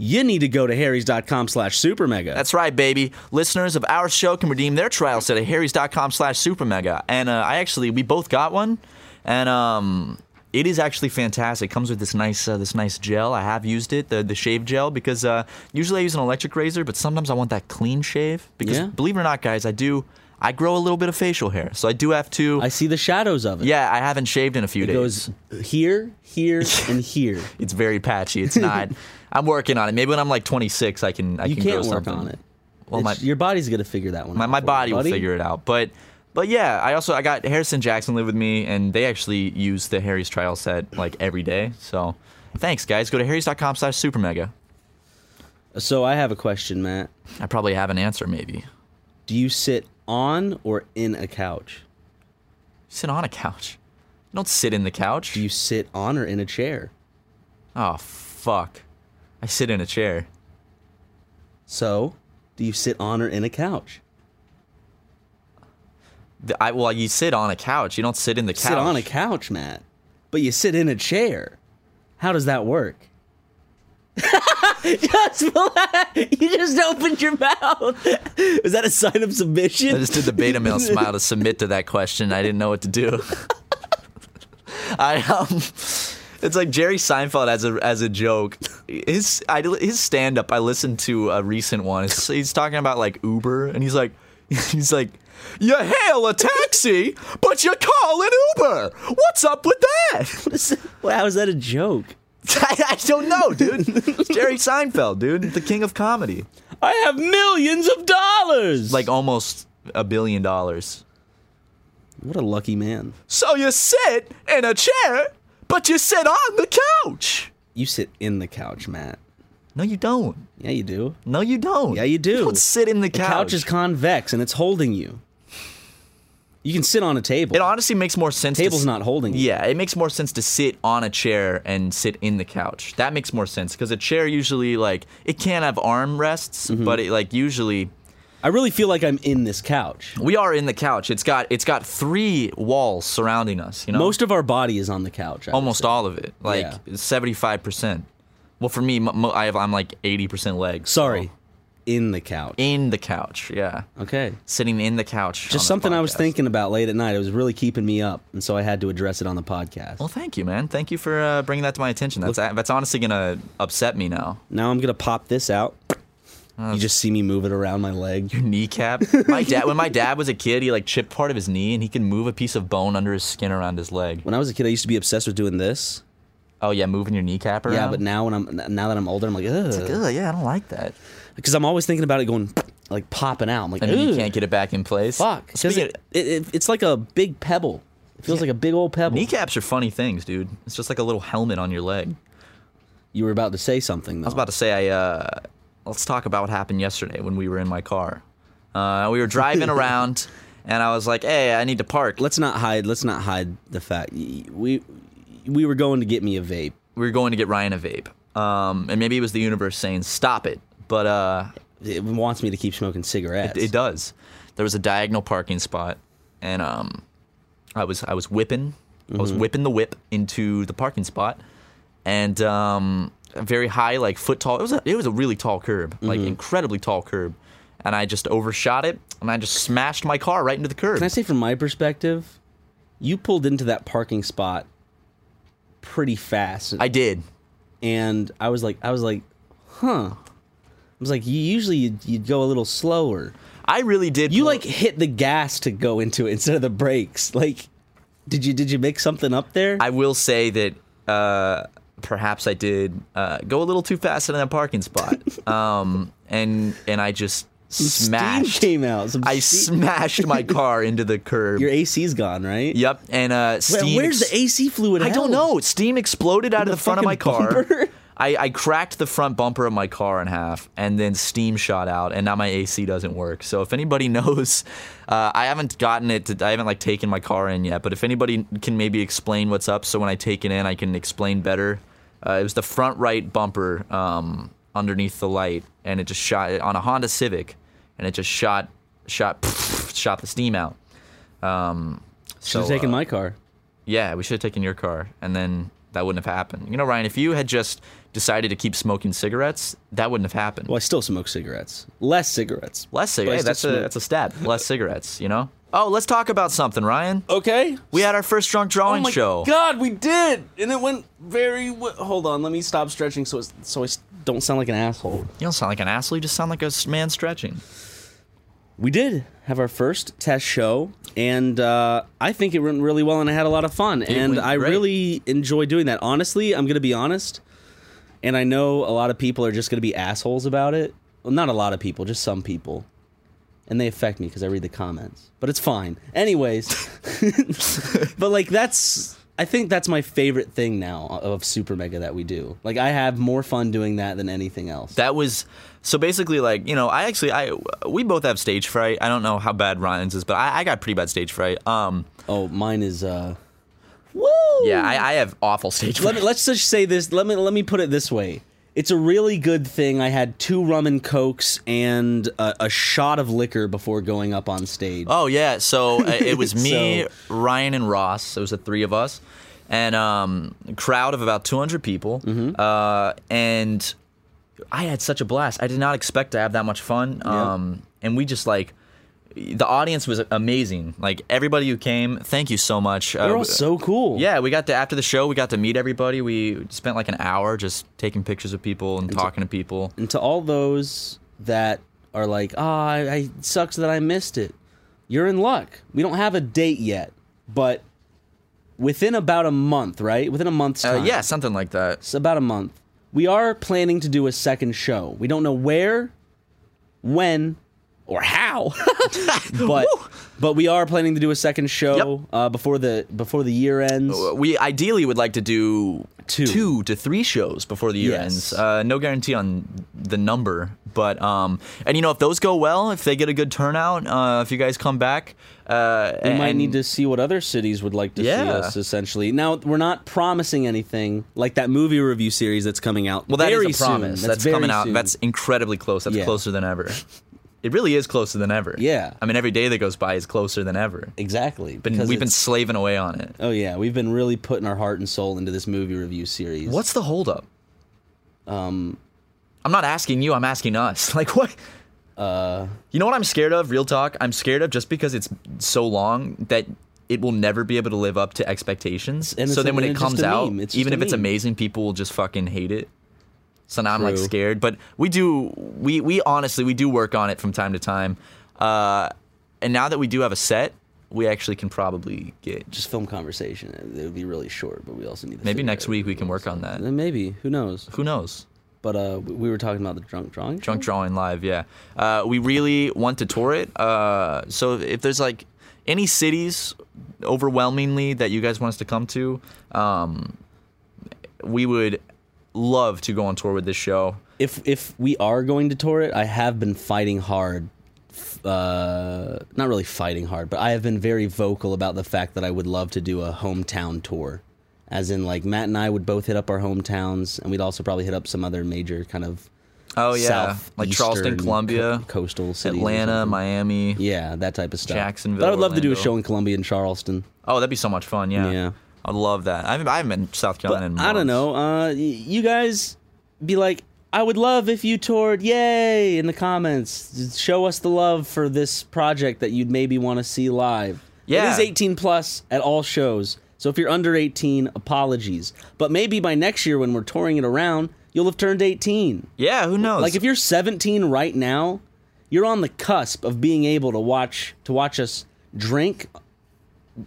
you need to go to harrys.com slash supermega. That's right, baby. Listeners of our show can redeem their trial set at harrys.com slash supermega. And uh, I actually, we both got one. And um, it is actually fantastic. It comes with this nice uh, this nice gel. I have used it, the, the shave gel, because uh, usually I use an electric razor, but sometimes I want that clean shave. Because Yeah. believe it or not, guys, I do, I grow a little bit of facial hair. So I do have to, I see the shadows of it. yeah, I haven't shaved in a few It days. goes here, here, and here. it's very patchy. It's not, I'm working on it. Maybe when I'm like 26, I can, I You can can't grow work something. on it. Well, It's- my- your body's gonna figure that one my, out. my for you, body will buddy. figure it out. But but yeah, I also I got Harrison Jackson live with me, and they actually use the Harry's trial set like every day. So thanks, guys. Go to harrys.com slash super mega. So I have a question, Matt. I probably have an answer, maybe. Do you sit on or in a couch? Sit on a couch. Don't sit in the couch. Do you sit on or in a chair? Oh fuck. I sit in a chair. So, do you sit on or in a couch? The- I, well, you sit on a couch. You don't sit in the couch. Sit on a couch, Matt. But you sit in a chair. How does that work? just relax. You just opened your mouth. Is that a sign of submission? I just did the beta male smile to submit to that question. I didn't know what to do. I um, it's like Jerry Seinfeld as a as a joke. His I, his stand up. I listened to a recent one. It's- he's talking about like Uber, and he's like he's like. You hail a taxi, but you call an Uber. What's up with that? Well, How is that a joke? I, I don't know, dude. It's Jerry Seinfeld, dude, the king of comedy. I have millions of dollars. Like almost a billion dollars. what a lucky man. So you sit in a chair, but you sit on the couch. You sit in the couch, Matt. No, you don't. Yeah, you do. No, you don't. Yeah, you do. You don't sit in the The couch. couch is convex and it's holding you. You can sit on a table. it honestly makes more sense. Table's to, s- not holding you. Yeah, it makes more sense to sit on a chair and sit in the couch. That makes more sense because a chair usually like it can have arm rests, but it like usually I really feel like I'm in this couch. we are in the couch. It's got it's got three walls surrounding us. You know, Most of our body is on the couch. I would almost say. all of it, like Yeah. seventy five percent. Well, for me, m- mo- I have, I'm like eighty percent legs. so- Sorry, in the couch. in the couch. Yeah, okay. sitting in the couch. on the Just something I was podcast. thinking about late at night. It was really keeping me up, and so I had to address it on the podcast. Well, thank you, man. Thank you for uh, bringing that to my attention. That's that's honestly gonna upset me now. now I'm gonna pop this out. you just see me move it around my leg. Kneecap. My dad. when my dad was a kid, he like chipped part of his knee, and he could move a piece of bone under his skin around his leg. When I was a kid, I used to be obsessed with doing this. Oh yeah, moving your kneecap around. Yeah, but now when I'm now that I'm older, I'm like, ugh, Ugh, yeah, I don't like that. because I'm always thinking about it going like popping out. I'm like, And then you "Ugh, can't get it back in place. fuck. 'Cause Speaking It, it, it, it's like a big pebble. It feels like a big old of- pebble. kneecaps are funny things, dude. It's just like a little helmet on your leg. You were about to say something. Though. I was about to say, I, uh, let's talk about what happened yesterday when we were in my car. Uh, we were driving around, and I was like, hey, I need to park. let's not hide. Let's not hide the fact y- we we were going to get me a vape. we were going to get Ryan a vape. Um, and maybe it was the universe saying, stop it. But uh, It wants me to keep smoking cigarettes. it does. There was a diagonal parking spot, and um, I was I was whipping, I Mm-hmm. was whipping the whip into the parking spot, and um, a very high, like foot tall. It was a, it was a really tall curb, like Mm-hmm. incredibly tall curb, and I just overshot it, and I just smashed my car right into the curb. Can I say from my perspective, you pulled into that parking spot pretty fast, I did. and I was like, I was like, huh. I was like, you usually you'd, you'd go a little slower. I really did. You pull- like hit the gas to go into it instead of the brakes. Like, did you did you make something up there? I will say that uh, perhaps I did uh, go a little too fast in that parking spot, um, and and I just smashed. Steam came out. Some I steam- smashed my car into the curb. your AC's gone, right? yep, and uh, Wait, steam. where's ex- the AC fluid? I held? don't know. Steam exploded out of the the, front of my fucking car. bumper? I, I cracked the front bumper of my car in half, and then steam shot out, and now my AC doesn't work. So if anybody knows, uh, I haven't gotten it. To, I haven't like taken my car in yet. But if anybody can maybe explain what's up, so when I take it in, I can explain better. Uh, it was the front right bumper um, underneath the light, and it just shot on a Honda Civic, and it just shot shot shot the steam out. Should have So, taken uh, my car. Yeah, we should have taken your car, and then that wouldn't have happened. You know, Ryan, if you had just decided to keep smoking cigarettes, that wouldn't have happened. Well, I still smoke cigarettes. Less cigarettes. Less But I cigarettes. still Hey, that's a smoke. that's a step. Less cigarettes. You know. Oh, let's talk about something, Ryan. Okay. We had our first drunk drawing show. Oh, God, we did, and it went very. W- Hold on, let me stop stretching so it's, so I s- don't sound like an asshole. You don't sound like an asshole. You just sound like a s- man stretching. We did have our first test show, and uh, I think it went really well, and I had a lot of fun, and went I great. really enjoy doing that. Honestly, I'm gonna be honest, and I know a lot of people are just gonna be assholes about it. Well, not a lot of people, just some people, and they affect me because I read the comments. But it's fine, anyways. but like that's I think that's my favorite thing now of Super Mega that we do. Like I have more fun doing that than anything else. That was so basically like you know I actually I we both have stage fright. I don't know how bad Ryan's is, but I, I got pretty bad stage fright. Um, oh, mine is uh woo. Yeah, I, I have awful stage let fright. me let's just say this. Let me let me put it this way. It's a really good thing I had two rum and cokes and a, a shot of liquor before going up on stage. Oh yeah, so uh, it was me, Ryan, and Ross. It was the three of us, and um, a crowd of about 200 people. Mm-hmm. Uh, and I had such a blast. I did not expect to have that much fun. Um, and we just like the audience was amazing. Like everybody who came, thank you so much. They're Uh, all so cool. yeah, we got to after the show. We got to meet everybody. We spent like an hour just taking pictures of people and talking to people. And to all those that are like, ah, I, I sucks that I missed it. You're in luck. We don't have a date yet, but within about a month, right? Within a month's Uh, time. yeah, something like that. It's about a month. We are planning to do a second show. We don't know where, when, or how, but but we are planning to do a second show uh, before the before the year ends. we ideally would like to do Two. two to three shows before the year Yes. ends. Uh, no guarantee on the number, but um, and you know if those go well, if they get a good turnout, uh, if you guys come back, uh, We might and- need to see what other cities would like to see Yeah. us. Essentially, now we're not promising anything like that movie review series that's coming out. Well, that is very a promise. Soon. That's, very coming out. soon. That's incredibly close. That's Yeah. closer than ever. It really is closer than ever. Yeah. I mean, every day that goes by is closer than ever. exactly. Been- because we've been it's- slaving away on it. Oh yeah, we've been really putting our heart and soul into this movie review series. What's the holdup? Um, Um, I'm not asking you. I'm asking us. Like what? Uh, Uh, you know what I'm scared of? Real talk. I'm scared of just because it's so long that it will never be able to live up to expectations. And so it's- then when and it it's just comes a out, meme. It's just even a if it's meme. amazing, people will just fucking hate it. So now I'm like True. scared. But we do. We we honestly we do work on it from time to time. Uh, and now that we do have a set, we actually can probably get just film conversation? It would be really short, but we also need to maybe figure next out- week we can work on that. Then maybe who knows? Who knows? But uh, w- we were talking about the drunk drawing. Drunk Drawing Live, yeah. Uh, we really want to tour it. Uh, so if there's like any cities overwhelmingly that you guys want us to come to, um, we would love to go on tour with this show. if if we are going to tour it, I have been fighting hard. f- Uh, not really fighting hard, but I have been very vocal about the fact that I would love to do a hometown tour, as in like Matt and I would both hit up our hometowns, and we'd also probably hit up some other major kind of Oh yeah, south like Charleston, Columbia, coastal cities, or Atlanta, something. Miami. yeah, that type of stuff. Jacksonville, but I would love to do a Orlando. show in Columbia and Charleston. Oh, that'd be so much fun. Yeah, Yeah. I'd love that. I haven't, I haven't been to South But Carolina. in I don't months. know. Uh, y- you guys be like, I would love if you toured, yay, in the comments. Show us the love for this project that you'd maybe want to see live. It Yeah. is 18 plus at all shows. So if you're under 18, apologies. But maybe by next year when we're touring it around, you'll have turned 18. Yeah, who knows? Like if you're 17 right now, you're on the cusp of being able to watch to watch us drink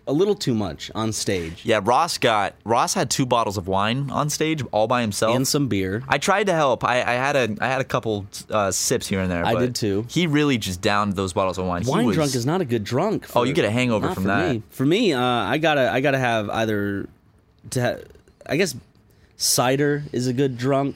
a little too much on stage yeah, Ross got Ross had two bottles of wine on stage all by himself and some beer. I tried to help. I, I had a I had a couple uh, sips here and there. I but did too. He really just downed those bottles of wine. He Wine was- drunk is not a good drunk. Oh, you get a hangover not from for that. Me. For me, uh, I gotta, I gotta have either, to ha- I guess, cider is a good drunk,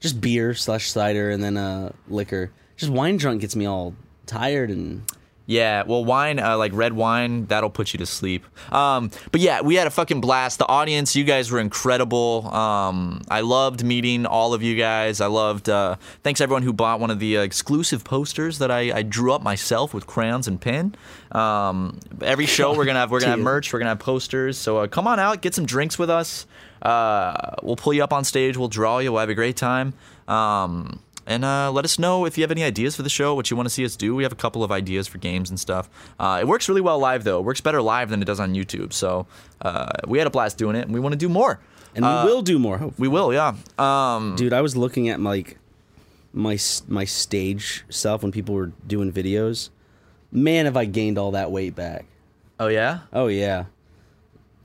just beer slash cider, and then uh, liquor. Just wine drunk gets me all tired and Yeah, well, wine uh, like red wine that'll put you to sleep. Um, but yeah, we had a fucking blast. The audience, you guys were incredible. Um, I loved meeting all of you guys. I loved. Uh, thanks everyone who bought one of the uh, exclusive posters that I, I drew up myself with crayons and pen. Um, every show we're gonna have we're gonna have Dude. merch. We're gonna have posters. So uh, come on out, get some drinks with us. Uh, we'll pull you up on stage. We'll draw you. We'll have a great time. Um, and uh, let us know if you have any ideas for the show, what you want to see us do. We have a couple of ideas for games and stuff. Uh, it works really well live, though. It works better live than it does on YouTube. So uh, we had a blast doing it, and we want to do more. and Uh, we will do more. Hopefully, We will, yeah. Um, dude. I was looking at my, like my s- my stage self when people were doing videos. Man, have I gained all that weight back. oh yeah. Oh yeah,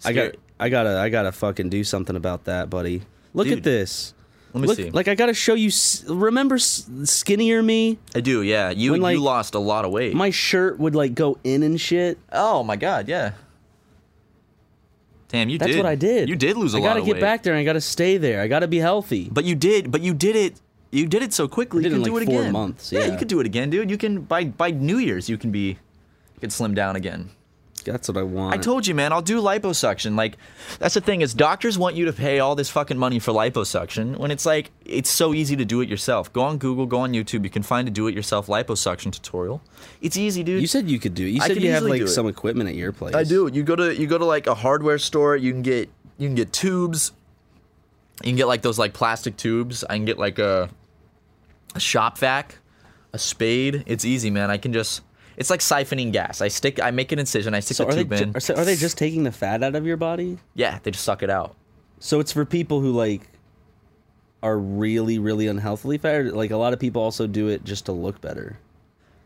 I got. Scary. I gotta. I gotta fucking do something about that, buddy. Look at Dude. this. Let me Look, see. Like I gotta show you. s- Remember, s- skinnier me. I do, yeah. You When, like, you lost a lot of weight. My shirt would like go in and shit. oh my god, yeah. Damn, you That's did. what I did. You did lose a I lot gotta of get weight. back there. and I gotta stay there. I gotta be healthy. But you did. But you did it. You did it so quickly. did you it can in, do like, it four again. months, Yeah. yeah. you could do it again, dude. You can by by New Year's. You can be. You can slim down again. That's what I want. I told you, man, I'll do liposuction. Like, that's the thing is, doctors want you to pay all this fucking money for liposuction when it's like it's so easy to do it yourself. Go on Google, go on YouTube. You can find a do-it-yourself liposuction tutorial. It's easy, dude. You said you could do it. You I said could you have easily like do it. some equipment at your place. I do. You go to you go to like a hardware store. You can get you can get tubes. You can get like those like plastic tubes. I can get like a, a shop vac, a spade. It's easy, man. I can just. It's like siphoning gas. I stick. I make an incision. I stick So the are they, tube ju- in. are, so are they just taking the fat out of your body? yeah, they just suck it out. So it's for people who like are really, really unhealthily fat. or, Like a lot of people also do it just to look better.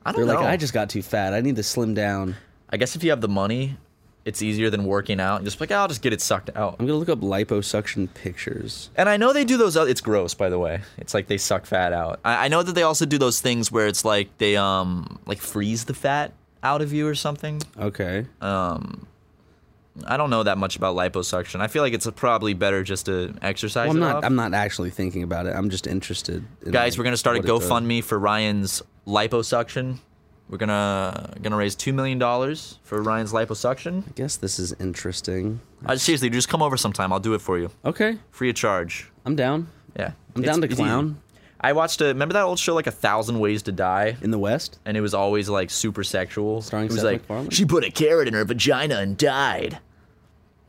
I don't They're know. like, I just got too fat. I need to slim down. I guess if you have the money, it's easier than working out and just like, "Ah, I'll just get it sucked out. I'm gonna look up liposuction pictures. And I know they do those. oth- It's gross, by the way. It's like they suck fat out. I, I know that they also do those things where it's like they um like freeze the fat out of you or something. Okay. I don't know that much about liposuction. I feel like it's probably better just to exercise. well, I'm it not. off. I'm not actually thinking about it. I'm just interested. In, Guys, like, we're gonna start a what it does. GoFundMe for Ryan's liposuction. We're gonna gonna raise two million dollars for Ryan's liposuction. I guess this is interesting. Uh, seriously, just come over sometime. I'll do it for you, Okay, free of charge. I'm down. Yeah, I'm It's- down to it's easy. clown I watched a remember that old show like a thousand ways to die, in the West. and it was always like super sexual. Starring it was Seth like MacFarlane? she put a carrot in her vagina and died.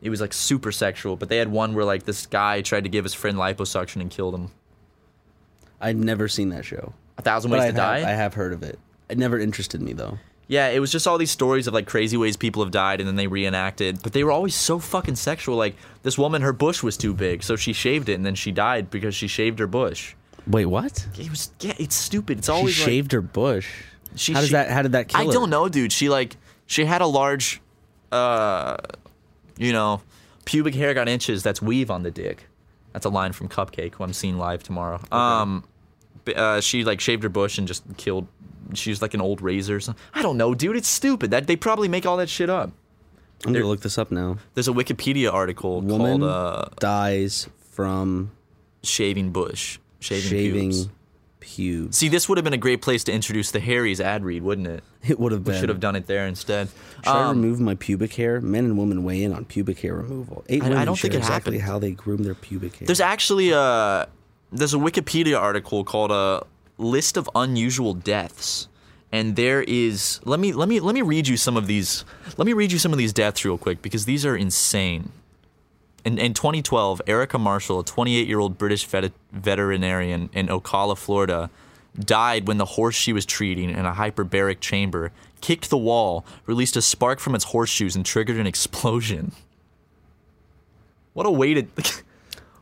It was like super sexual, but they had one where like this guy tried to give his friend liposuction and killed him. I've never seen that show. A thousand But ways I to have, die. I have heard of it. It never interested me though. Yeah, it was just all these stories of like crazy ways people have died and then they reenacted, but they were always so fucking sexual. Like this woman, her bush was too big, so she shaved it and then she died because she shaved her bush. Wait, what? It was yeah, it's stupid. It's She always like- shaved her bush. She- how does she- that? How did that kill I her? don't know, dude. She like she had a large, uh, you know, pubic hair got inches. That's weave on the dick. That's a line from Cupcake, who I'm seeing live tomorrow. Um, b- uh, she like shaved her bush and just killed. She was like an old razor. Or something. I don't know, dude. It's stupid. That they probably make all that shit up. I'm gonna look this up now. There's a Wikipedia article Woman called uh, dies from "Shaving Bush." Shaving. shaving pubes. pubes. See, this would have been a great place to introduce the Harry's ad read, wouldn't it? It would have We been. should have done it there instead. Should I Um, remove my pubic hair? Men and women weigh in on pubic hair removal. Eight I- I women don't share think it exactly happened. how they groom their pubic hair. There's actually a there's a Wikipedia article called a list of unusual deaths. And there is let me let me let me read you some of these let me read you some of these deaths real quick because these are insane. In, in 2012, Erica Marshall, a 28 year old British vet- veterinarian in Ocala, Florida, died when the horse she was treating in a hyperbaric chamber kicked the wall, released a spark from its horseshoes, and triggered an explosion. What a way to.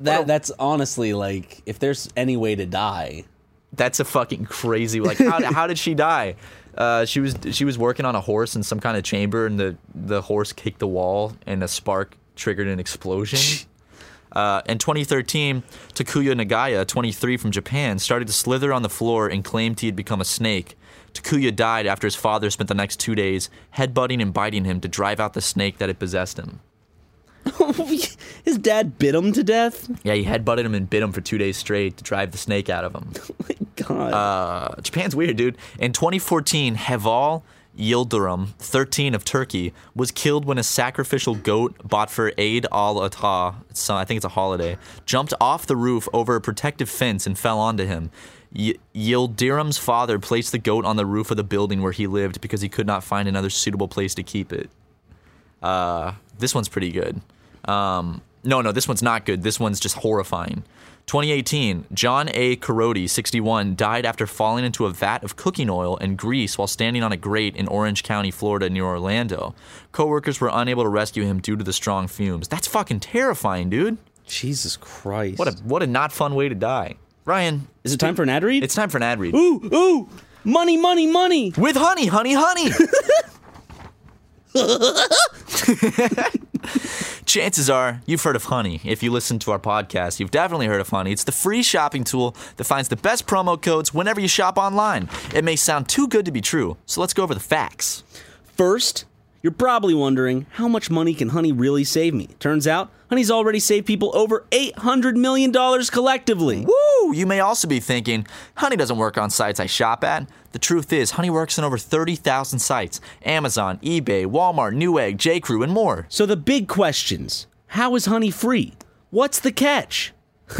that. That's honestly like if there's any way to die. That's a fucking crazy. Like, how, how did she die? Uh, she was she was working on a horse in some kind of chamber, and the the horse kicked the wall, and a spark triggered an explosion. Uh, in 2013, Takuya Nagaya, 23 from Japan, started to slither on the floor and claimed he had become a snake. Takuya died after his father spent the next two days headbutting and biting him to drive out the snake that had possessed him. His dad bit him to death. Yeah, he headbutted him and bit him for two days straight to drive the snake out of him. Oh Uh, My God. Japan's weird, dude. In 2014, Heval Yildirim, 13 of Turkey, was killed when a sacrificial goat bought for Eid al Adha, so I think it's a holiday, jumped off the roof over a protective fence and fell onto him. Y- Yildirim's father placed the goat on the roof of the building where he lived because he could not find another suitable place to keep it. Uh, this one's pretty good. Um, no, no, this one's not good. This one's just horrifying. 2018, John A. Carodi, 61, died after falling into a vat of cooking oil and grease while standing on a grate in Orange County, Florida, near Orlando. Coworkers were unable to rescue him due to the strong fumes. That's fucking terrifying, dude. Jesus Christ. What a what a not fun way to die. Ryan, Is it time for an ad read? it's time for an ad read. ooh ooh money money money. With honey, honey, honey. Chances are you've heard of Honey. If you listen to our podcast, you've definitely heard of Honey. It's the free shopping tool that finds the best promo codes whenever you shop online. It may sound too good to be true, so let's go over the facts. First, You're probably wondering how much money can Honey really save me? Turns out, Honey's already saved people over $800 million collectively. Woo! You may also be thinking, Honey doesn't work on sites I shop at. The truth is, Honey works on over 30,000 sites Amazon, eBay, Walmart, Newegg, J.Crew, and more. So the big questions How is Honey free? What's the catch?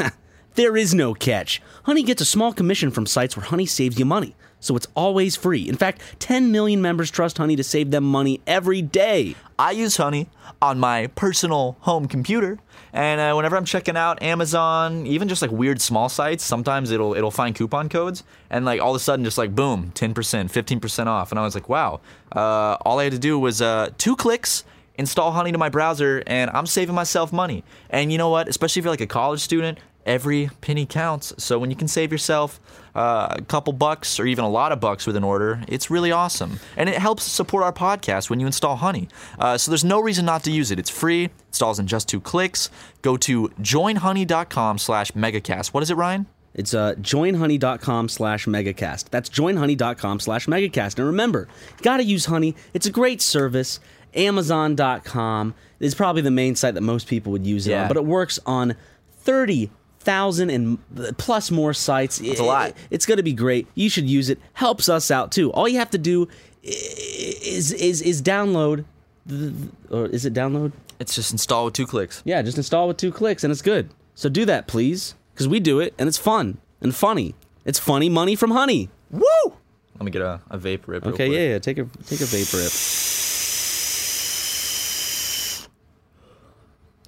there is no catch. Honey gets a small commission from sites where Honey saves you money, so it's always free. In fact, 10 million members trust Honey to save them money every day. I use Honey on my personal home computer, and uh, whenever I'm checking out Amazon, even just like weird small sites, sometimes it'll it'll find coupon codes, and like all of a sudden, just like boom, 10%, 15% off, and I was like, wow. Uh, all I had to do was uh, two clicks, install Honey to my browser, and I'm saving myself money. And you know what? Especially if you're like a college student, every penny counts. So when you can save yourself uh, a couple bucks or even a lot of bucks with an order, it's really awesome. And it helps support our podcast when you install Honey. Uh, so there's no reason not to use it. It's free. Installs in just two clicks. Go to joinhoney.com slash megacast. What is it, Ryan? It's uh, joinhoney.com slash megacast. That's joinhoney.com slash megacast. And remember, you gotta use Honey. It's a great service. Amazon.com is probably the main site that most people would use it Yeah. on, but it works on 30,000 and plus more sites. It's a lot. it's gonna be great. You should use it. Helps us out too. All you have to do i- is is is download, the, or is it download? It's just install with two clicks. Yeah, just install with two clicks and it's good. So do that, please, because we do it and it's fun and funny. It's funny money from honey. Woo! Let me get a, a vape rip. real Okay, quick. yeah, yeah. Take a take a vape Hmm. rip.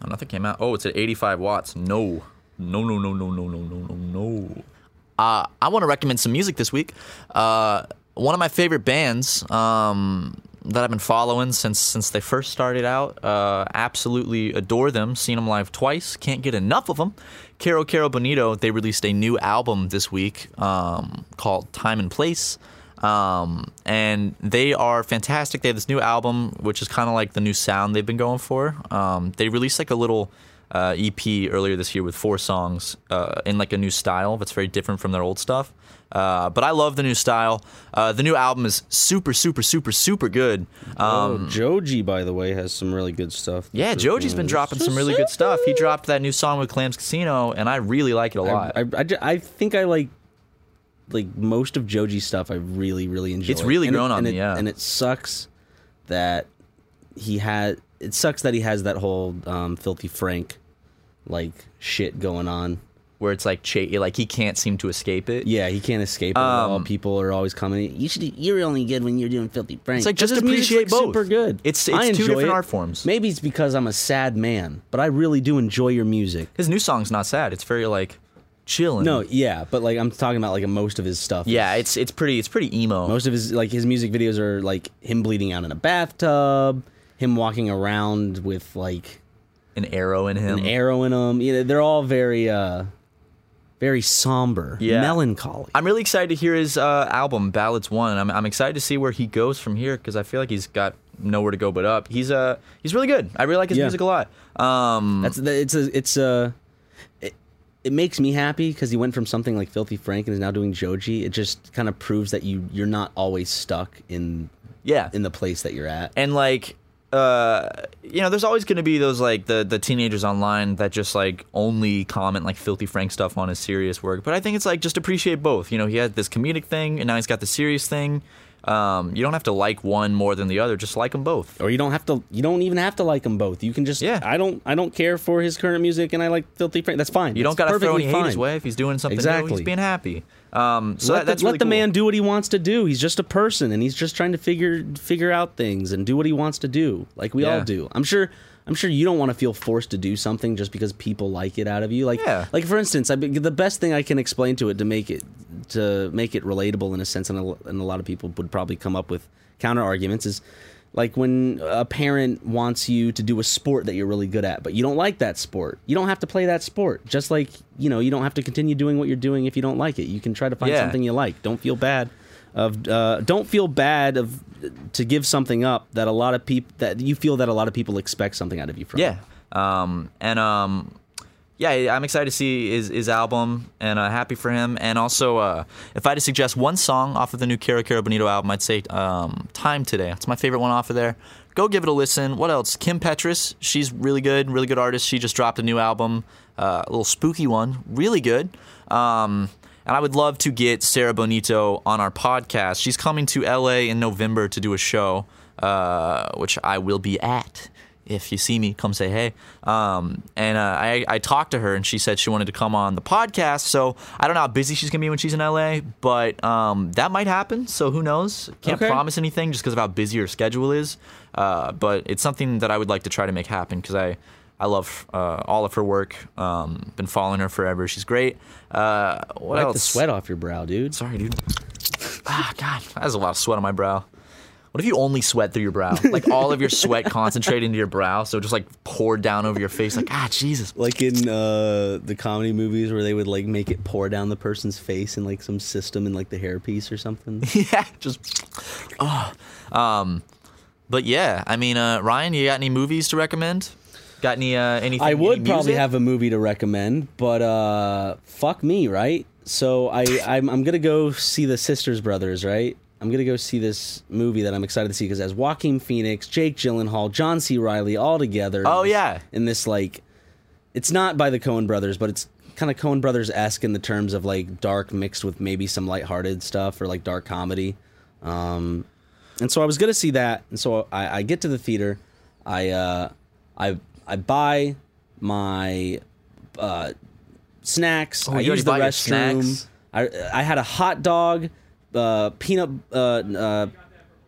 Oh, nothing came out. Oh, it's at 85 watts. No. No, no, no, no, no, no, no, no, no. Uh, I want to recommend some music this week. Uh, one of my favorite bands um, that I've been following since since they first started out. Uh, absolutely adore them. Seen them live twice. Can't get enough of them. Caro Caro Bonito. They released a new album this week um, called Time and Place um, and they are fantastic. They have this new album, which is kind of like the new sound they've been going for. Um, they released like a little uh, EP earlier this year with four songs uh, in like a new style that's very different from their old stuff. Uh, but I love the new style. Uh, the new album is super, super, super, super good. Um, oh, Joji, by the way, has some really good stuff. yeah, Joji's been dropping some really good stuff. He dropped that new song with Clams Casino, and I really like it a lot. I, I, I ju- I think I like like most of Joji's stuff. I really really enjoy. It's really And grown on and me, yeah. and it sucks that he had. It sucks that he has that whole um, filthy Frank like shit going on. where it's like, cha- like he can't seem to escape it. Yeah, he can't escape it. at all Um, people are always commenting. You should. You're only good when you're doing filthy Frank. It's like, But just his music's, like, appreciate both. Super good. It's- I it's two enjoy different it. art forms. Maybe it's because I'm a sad man, but I really do enjoy your music. His new song's not sad. It's very like chilling. No, yeah, but like I'm talking about like most of his stuff. Yeah, it's it's pretty it's pretty emo. most of his like his music videos are like him bleeding out in a bathtub, him walking around with like an arrow in him. an arrow in him. You know, they're all very uh very somber, Yeah. melancholy. I'm really excited to hear his uh, album Ballads One. I'm, I'm excited to see where he goes from here because I feel like he's got nowhere to go but up. He's uh he's really good. I really like his Yeah. music a lot. Um, That's the- it's a it's a it, it makes me happy because he went from something like Filthy Frank and is now doing Joji. It just kind of proves that you you're not always stuck in yeah, in the place that you're at. and like uh you know there's always going to be those like the the teenagers online that just like only comment like filthy frank stuff on his serious work but i think it's like just appreciate both you know he had this comedic thing and now he's got the serious thing um you don't have to like one more than the other just like them both or you don't have to. You don't even have to like them both. You can just. Yeah. I don't. I don't care for his current music, and I like Filthy Frank. That's fine. you don't It's got to throw perfectly any hate his way if he's doing something new, Exactly. he's being happy um so let that, that's the, really let the cool. man do what he wants to do. He's just a person, and he's just trying to figure figure out things and do what he wants to do, like we Yeah. all do. I'm sure. I'm sure you don't want to feel forced to do something just because people like it out of you. Like, Yeah. like for instance, I the best thing I can explain to it to make it to make it relatable in a sense, and a, and a lot of people would probably come up with counter arguments is. Like when a parent wants you to do a sport that you're really good at, but you don't like that sport, you don't have to play that sport. Just like you know, you don't have to continue doing what you're doing if you don't like it. You can try to find Yeah. something you like. Don't feel bad of uh, don't feel bad of to give something up that a lot of people that you feel that a lot of people expect something out of you from. Yeah. Um, and um, yeah, I'm excited to see his, his album and uh, happy for him. And also, uh, if I had to suggest one song off of the new Caro Caro Bonito album, I'd say um, Time Today. It's my favorite one off of there. Go give it a listen. What else? Kim Petras. She's really good, really good artist. She just dropped a new album, uh, a little spooky one. Really good. Um, and I would love to get Sarah Bonito on our podcast. She's coming to LA in November to do a show, uh, which I will be at. If you see me, come say hey. Um, and uh, I, I talked to her, and she said she wanted to come on the podcast. So I don't know how busy she's gonna be when she's in LA, but um, that might happen. So who knows? Can't Okay. promise anything just because of how busy her schedule is. Uh, but it's something that I would like to try to make happen because I, I love uh, all of her work. Um, been following her forever. She's great. Uh, what Wipe else? the sweat off your brow, dude. Sorry, dude. Ah, God, that is a lot of sweat on my brow. What if you only sweat through your brow? Like all of your sweat concentrated into your brow, so it just like poured down over your face. Like ah, Jesus. Like in uh, the comedy movies where they would like make it pour down the person's face in like some system in like the hairpiece or something. yeah, just oh. Um, but yeah, I mean, uh, Ryan, you got any movies to recommend? Got any uh, anything? I would any probably music? have a movie to recommend, but uh, fuck me, right? So I, I'm, I'm gonna go see the Sisters Brothers, right? I'm gonna go see this movie that I'm excited to see because as Joaquin Phoenix, Jake Gyllenhaal, John C. Riley all together. Oh, in this- yeah. in this like, it's not by the Coen Brothers, but it's kind of Coen Brothers esque in the terms of like dark mixed with maybe some lighthearted stuff or like dark comedy. Um, and so I was gonna see that, and so I, I get to the theater, I uh, I I buy my uh, snacks. I Oh, you already use the bought your restroom. snacks? I I had a hot dog, uh, peanut uh, uh,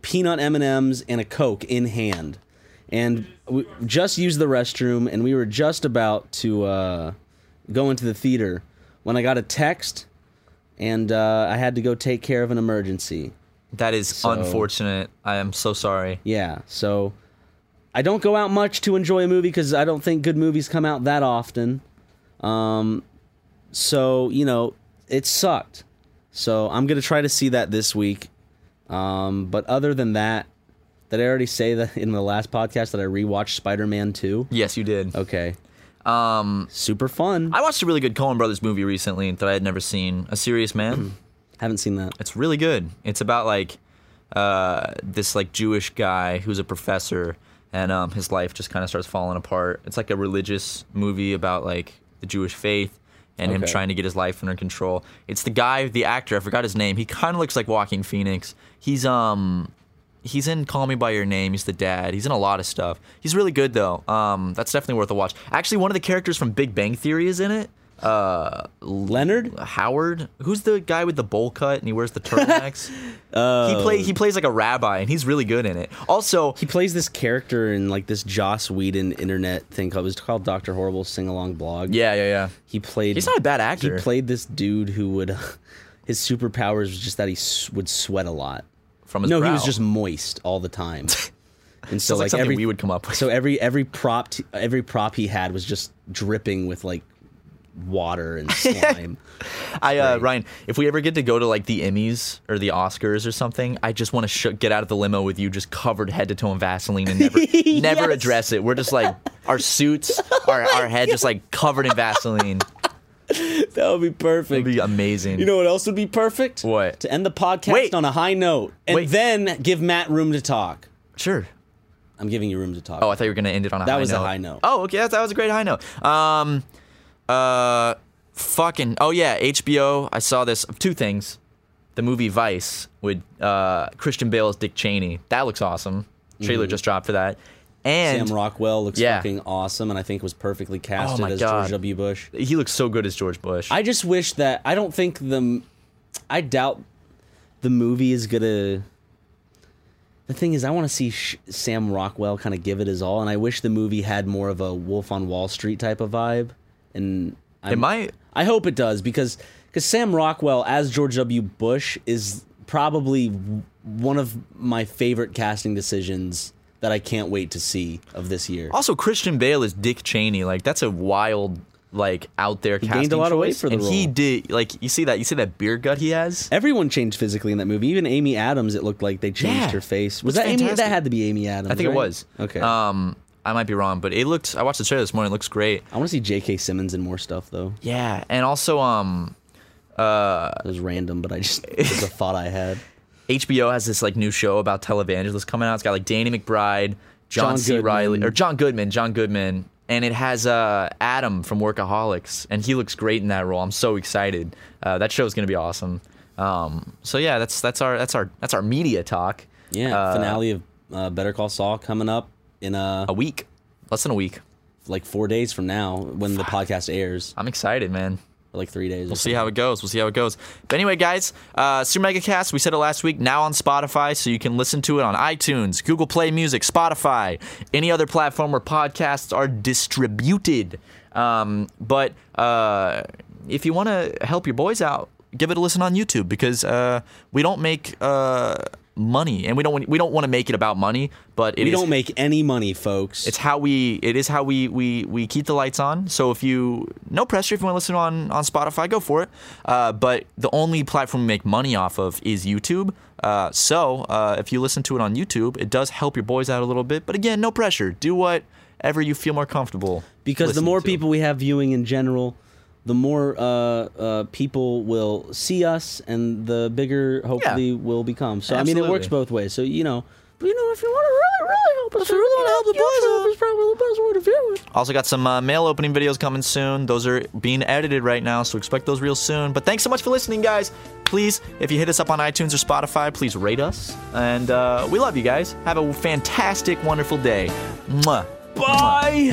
peanut M and M's, and a Coke in hand, and we just used the restroom, and we were just about to uh, go into the theater when I got a text, and uh, I had to go take care of an emergency. That is unfortunate. I am so sorry. Yeah, so I don't go out much to enjoy a movie because I don't think good movies come out that often. Um, so you know, it sucked. So I'm gonna try to see that this week. Um, but other than that, did I already say that in the last podcast that I rewatched Spider-Man 2? Yes, you did. Okay. Um, super fun. I watched a really good Coen Brothers movie recently that I had never seen, A Serious Hmm. Man. Haven't seen that. It's really good. It's about like uh, this like Jewish guy who's a professor, and um, his life just kind of starts falling apart. It's like a religious movie about like the Jewish faith and him Okay. trying to get his life under control. It's the guy, the actor. I forgot his name. He kind of looks like Walking Phoenix. He's um. He's in Call Me by Your Name. He's the dad. He's in a lot of stuff. He's really good though. Um, that's definitely worth a watch. Actually, one of the characters from Big Bang Theory is in it. Uh, Leonard? Howard, who's the guy with the bowl cut and he wears the turtlenecks. Oh. he play he plays like a rabbi and he's really good in it. Also, He plays this character in like this Joss Whedon internet thing called it was called Doctor Horrible Sing Along Blog. yeah, yeah, yeah. He played. He's not a bad actor. He played this dude who would. His superpowers was just that he s- would sweat a lot. From his no, brow. he was just moist all the time. And so, Sounds like like, something every we would come up with. So every every prop t- every prop he had was just dripping with like water and slime. I uh, Ryan, if we ever get to go to like the Emmys or the Oscars or something, I just want to sh- get out of the limo with you, just covered head to toe in Vaseline and never never address it. We're just like our suits, Oh our our head just like covered in Vaseline. that would be It'd perfect. be amazing. you know what else would be perfect? What? To end the podcast Wait. on a high note and Wait. then give Matt room to talk. sure. I'm giving you room to talk. Oh, I thought you were gonna end it on a That high note. was a high note. Oh, okay, that, that was a great high note. Um, uh, fucking. Oh yeah, HBO. I saw this. Two things. The movie Vice with uh, Christian Bale as Dick Cheney. That looks awesome. Trailer just dropped for that. And Mm-hmm. Sam Rockwell looks Yeah. fucking awesome, and I think was perfectly casted my as God. George W. Bush. he looks so good as George Bush. I just wish that I don't think the I doubt the movie is gonna. The thing is, I want to see Sh- Sam Rockwell kind of give it his all, and I wish the movie had more of a Wolf on Wall Street type of vibe. And I'm, it might. I hope it does because because Sam Rockwell as George W. Bush is probably w- one of my favorite casting decisions that I can't wait to see of this year. Also, Christian Bale is Dick Cheney. Like that's a wild, like out there. He gained a lot of weight for the and He role. did. Like you see that. You see that beer gut he has. Everyone changed physically in that movie. Even Amy Adams, it looked like they changed Yeah. her face. Was That's that Amy? fantastic. That had to be Amy Adams. I think right? it was. Okay. Um, I might be wrong, but it looked. I watched the trailer this morning. It looks great. I want to see J.K. Simmons in more stuff though. Yeah, and also um, Uh, It was random, but I just it was a thought I had. HBO has this like new show about televangelists coming out. It's got like Danny McBride John John C. Goodman. Riley or John Goodman, John Goodman, and it has uh, Adam from Workaholics, and he looks great in that role. I'm so excited. Uh, that show's gonna be awesome. Um, so yeah, that's that's our that's our that's our media talk. Yeah, Uh, finale of uh, Better Call Saul coming up in uh, a week, less than a week. like four days from now when the podcast airs, I'm excited, man. or like three days. We'll see how it goes. We'll see how it goes. But anyway, guys, uh, Super Mega Cast, we said it last week, now on Spotify, so you can listen to it on iTunes, Google Play Music, Spotify, any other platform where podcasts are distributed. Um, but uh, if you want to help your boys out, give it a listen on YouTube because uh, we don't make uh, money, and we don't we don't want to make it about money, but it We is- don't make any money, folks. it's how we it is how we we we keep the lights on so if you no pressure if you want to listen on on spotify go for it uh, but the only platform we make money off of is youtube uh, so uh, if you listen to it on youtube it does help your boys out a little bit but again no pressure do whatever you feel more comfortable because the listening more to. people we have viewing in general, the more uh, uh, people will see us, and the bigger hopefully we'll become. So I mean, it works Absolutely. both ways. So you know, but you know, if you want to really, really help us, if you really want to help the boys, out, it's probably the best way to do it. also got some uh, mail opening videos coming soon those are being edited right now so expect those real soon but thanks so much for listening guys please if you hit us up on itunes or spotify please rate us and uh, we love you guys have a fantastic wonderful day Mwah. bye